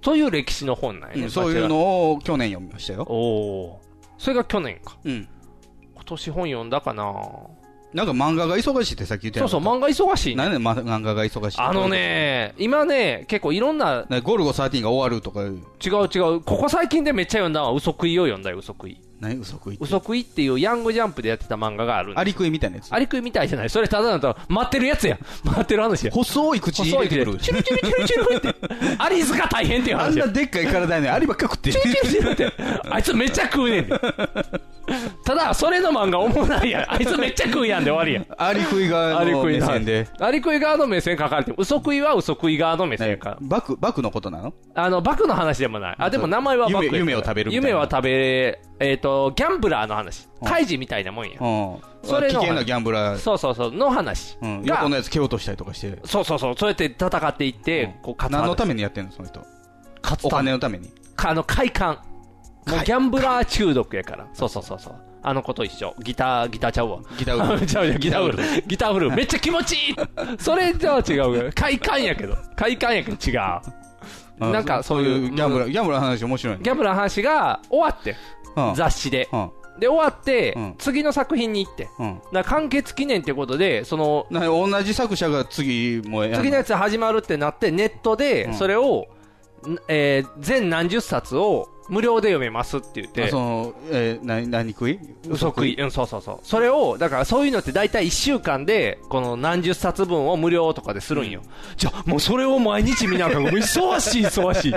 そういう歴史の本なんやね、うんそういうを。のを去年読みましたよおそれが去年か。うん今年本読んだかななんか漫画が忙しいってさっき言ってそうそう、漫画忙しい、何でま漫画が忙しいあのね、今ね、結構いろんな、ねゴルゴ13が終わるとか違う違う、ここ最近でめっちゃ読んだのは、嘘食いを読んだよ、嘘食い。何嘘食い嘘食いっていうヤングジャンプでやってた漫画があるんですアリ食いみたいなやつアリクイみたいじゃない。それただの待ってるやつや。待ってる話や。細い口入れてくる細い口でチュルチュルチュルチュルって。アリスが大変ってい [LAUGHS] うあ話んやなでっかい体やねんアリばっか食ってチュルチュルチュルって。あいつめっちゃ食うねんで。ただ、それの漫画おもないやん。あいつめっちゃ食うやんで終わりやん。アリ食い側アリのクイ目の話線で。アリクイ側の目線書かれてる。嘘食いは嘘食い側の目線か。バクバクのことなのあの、バクの話でもない。あ、でも名前はバクやから。夢夢を食べるみたいな夢は食べれ、えっと、ギャンブラーの話。カイジみたいなもんや。うんそれ危の話険なギャンブラーそうそうそう。の話。うんが横のやつ蹴落としたりとかしてそうそうそう、そうやって戦っていって、こう勝つ何のためにやってんのその人勝つお金のためにかあの、快感。もうギャンブラー中毒やから。そうそうそうそう。あの子と一緒。ギター、ギターちゃうわ。ギターウルフちゃうよギターウルフ。ギターウルフ。めっちゃ気持ちいいそれとは違うよ。快感やけど。快感やけど違う。 [LAUGHS] なんかそういう、ギャンブラーギャンブラーの話面白いねギャンブラーの話が終わって。雑誌で。で、終わって、次の作品に行って。うんだから完結記念ってことで、その、な同じ作者が次もやる次のやつ始まるってなって、ネットうで、んそれを、んえー全何十冊を無料で読めますって言ってあそ、のえー、何何食い嘘食い、うん、そうそうそう。それを、だからそういうのって大体1週間で、この何十冊分を無料とかでするんよ。じゃあ、もうそれを毎日見なあかん。もう忙しい、忙 [LAUGHS] しい。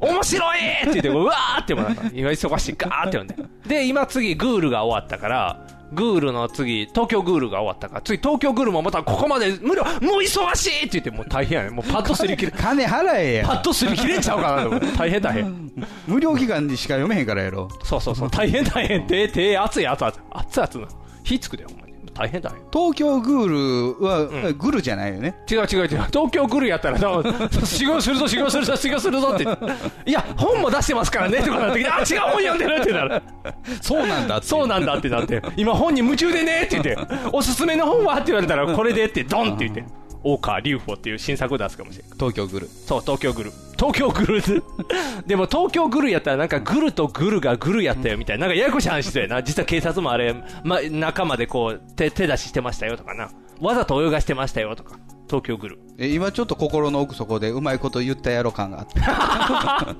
面白いって言って、うわーってもなんか、今忙しい、ガーって読んで。で、今次、グールが終わったから、グールの次、東京グールが終わったから、次、東京グールもまたここまで無料、もう忙しいって言って、もう大変やね。もうパッとすり [LAUGHS] 切れ、金払えやパッとすり切れちゃうかなと思って。大変大変。無料期間にしか読めへんからやろそうそ [LAUGHS] うそう、大変大変、手、手、熱い、熱い、熱い、熱いな。火つくで、ほんまに。大変大変。東京グールは、グルじゃないよね違う違う違う、東京来るやったら、だから [LAUGHS] 修行するぞ、修行するぞ、修行するぞって、いや、本も出してますからねとかなってきて、あ、違う本読んでるってなる、そうなんだそうなんだってなって、今、本に夢中でねって言って、おすすめの本はって言われたら、これでって、ドンって言って、大川隆法っていう新作を出すかもしれない。東京グルそう、東京グル。東京 [LAUGHS] グルズ。でも東京グルやったらなんかグルとグルがグルやったよみたいな。なんかややこしい話してるな。実は警察もあれ、ま、仲間でこう、手、手出ししてましたよとかな。わざと泳がしてましたよとか。東京グル。え今ちょっと心の奥底でうまいこと言ったやろ感があって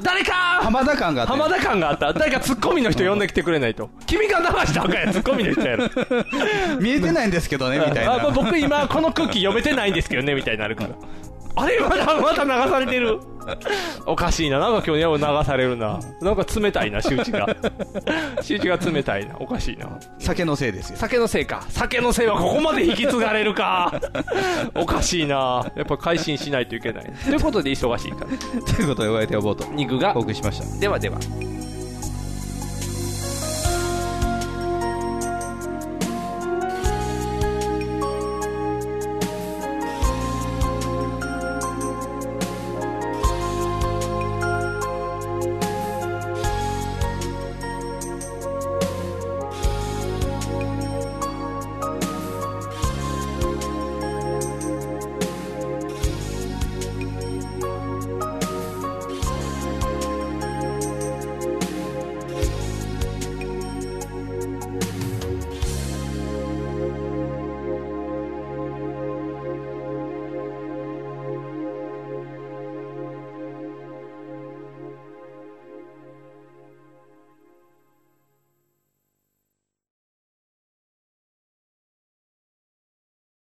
誰か浜田感があって浜田感があった。誰かツッコミの人呼んできてくれないと。君が流したらあかんやん、ツッコミの人やろ。見えてないんですけどねみたいあまあな僕今この空気読めてないんですけどねみたいになるから [LAUGHS] あれまだまだ流されてるおかしいななんか今日流されるななんか冷たいな周知 [LAUGHS] が周知が冷たいなおかしいな酒のせいですよ酒のせいか酒のせいはここまで引き継がれる [LAUGHS] かおかしいなやっぱ改心しないといけないということで忙しいからということでお相手はボート肉がお送りしましたではでは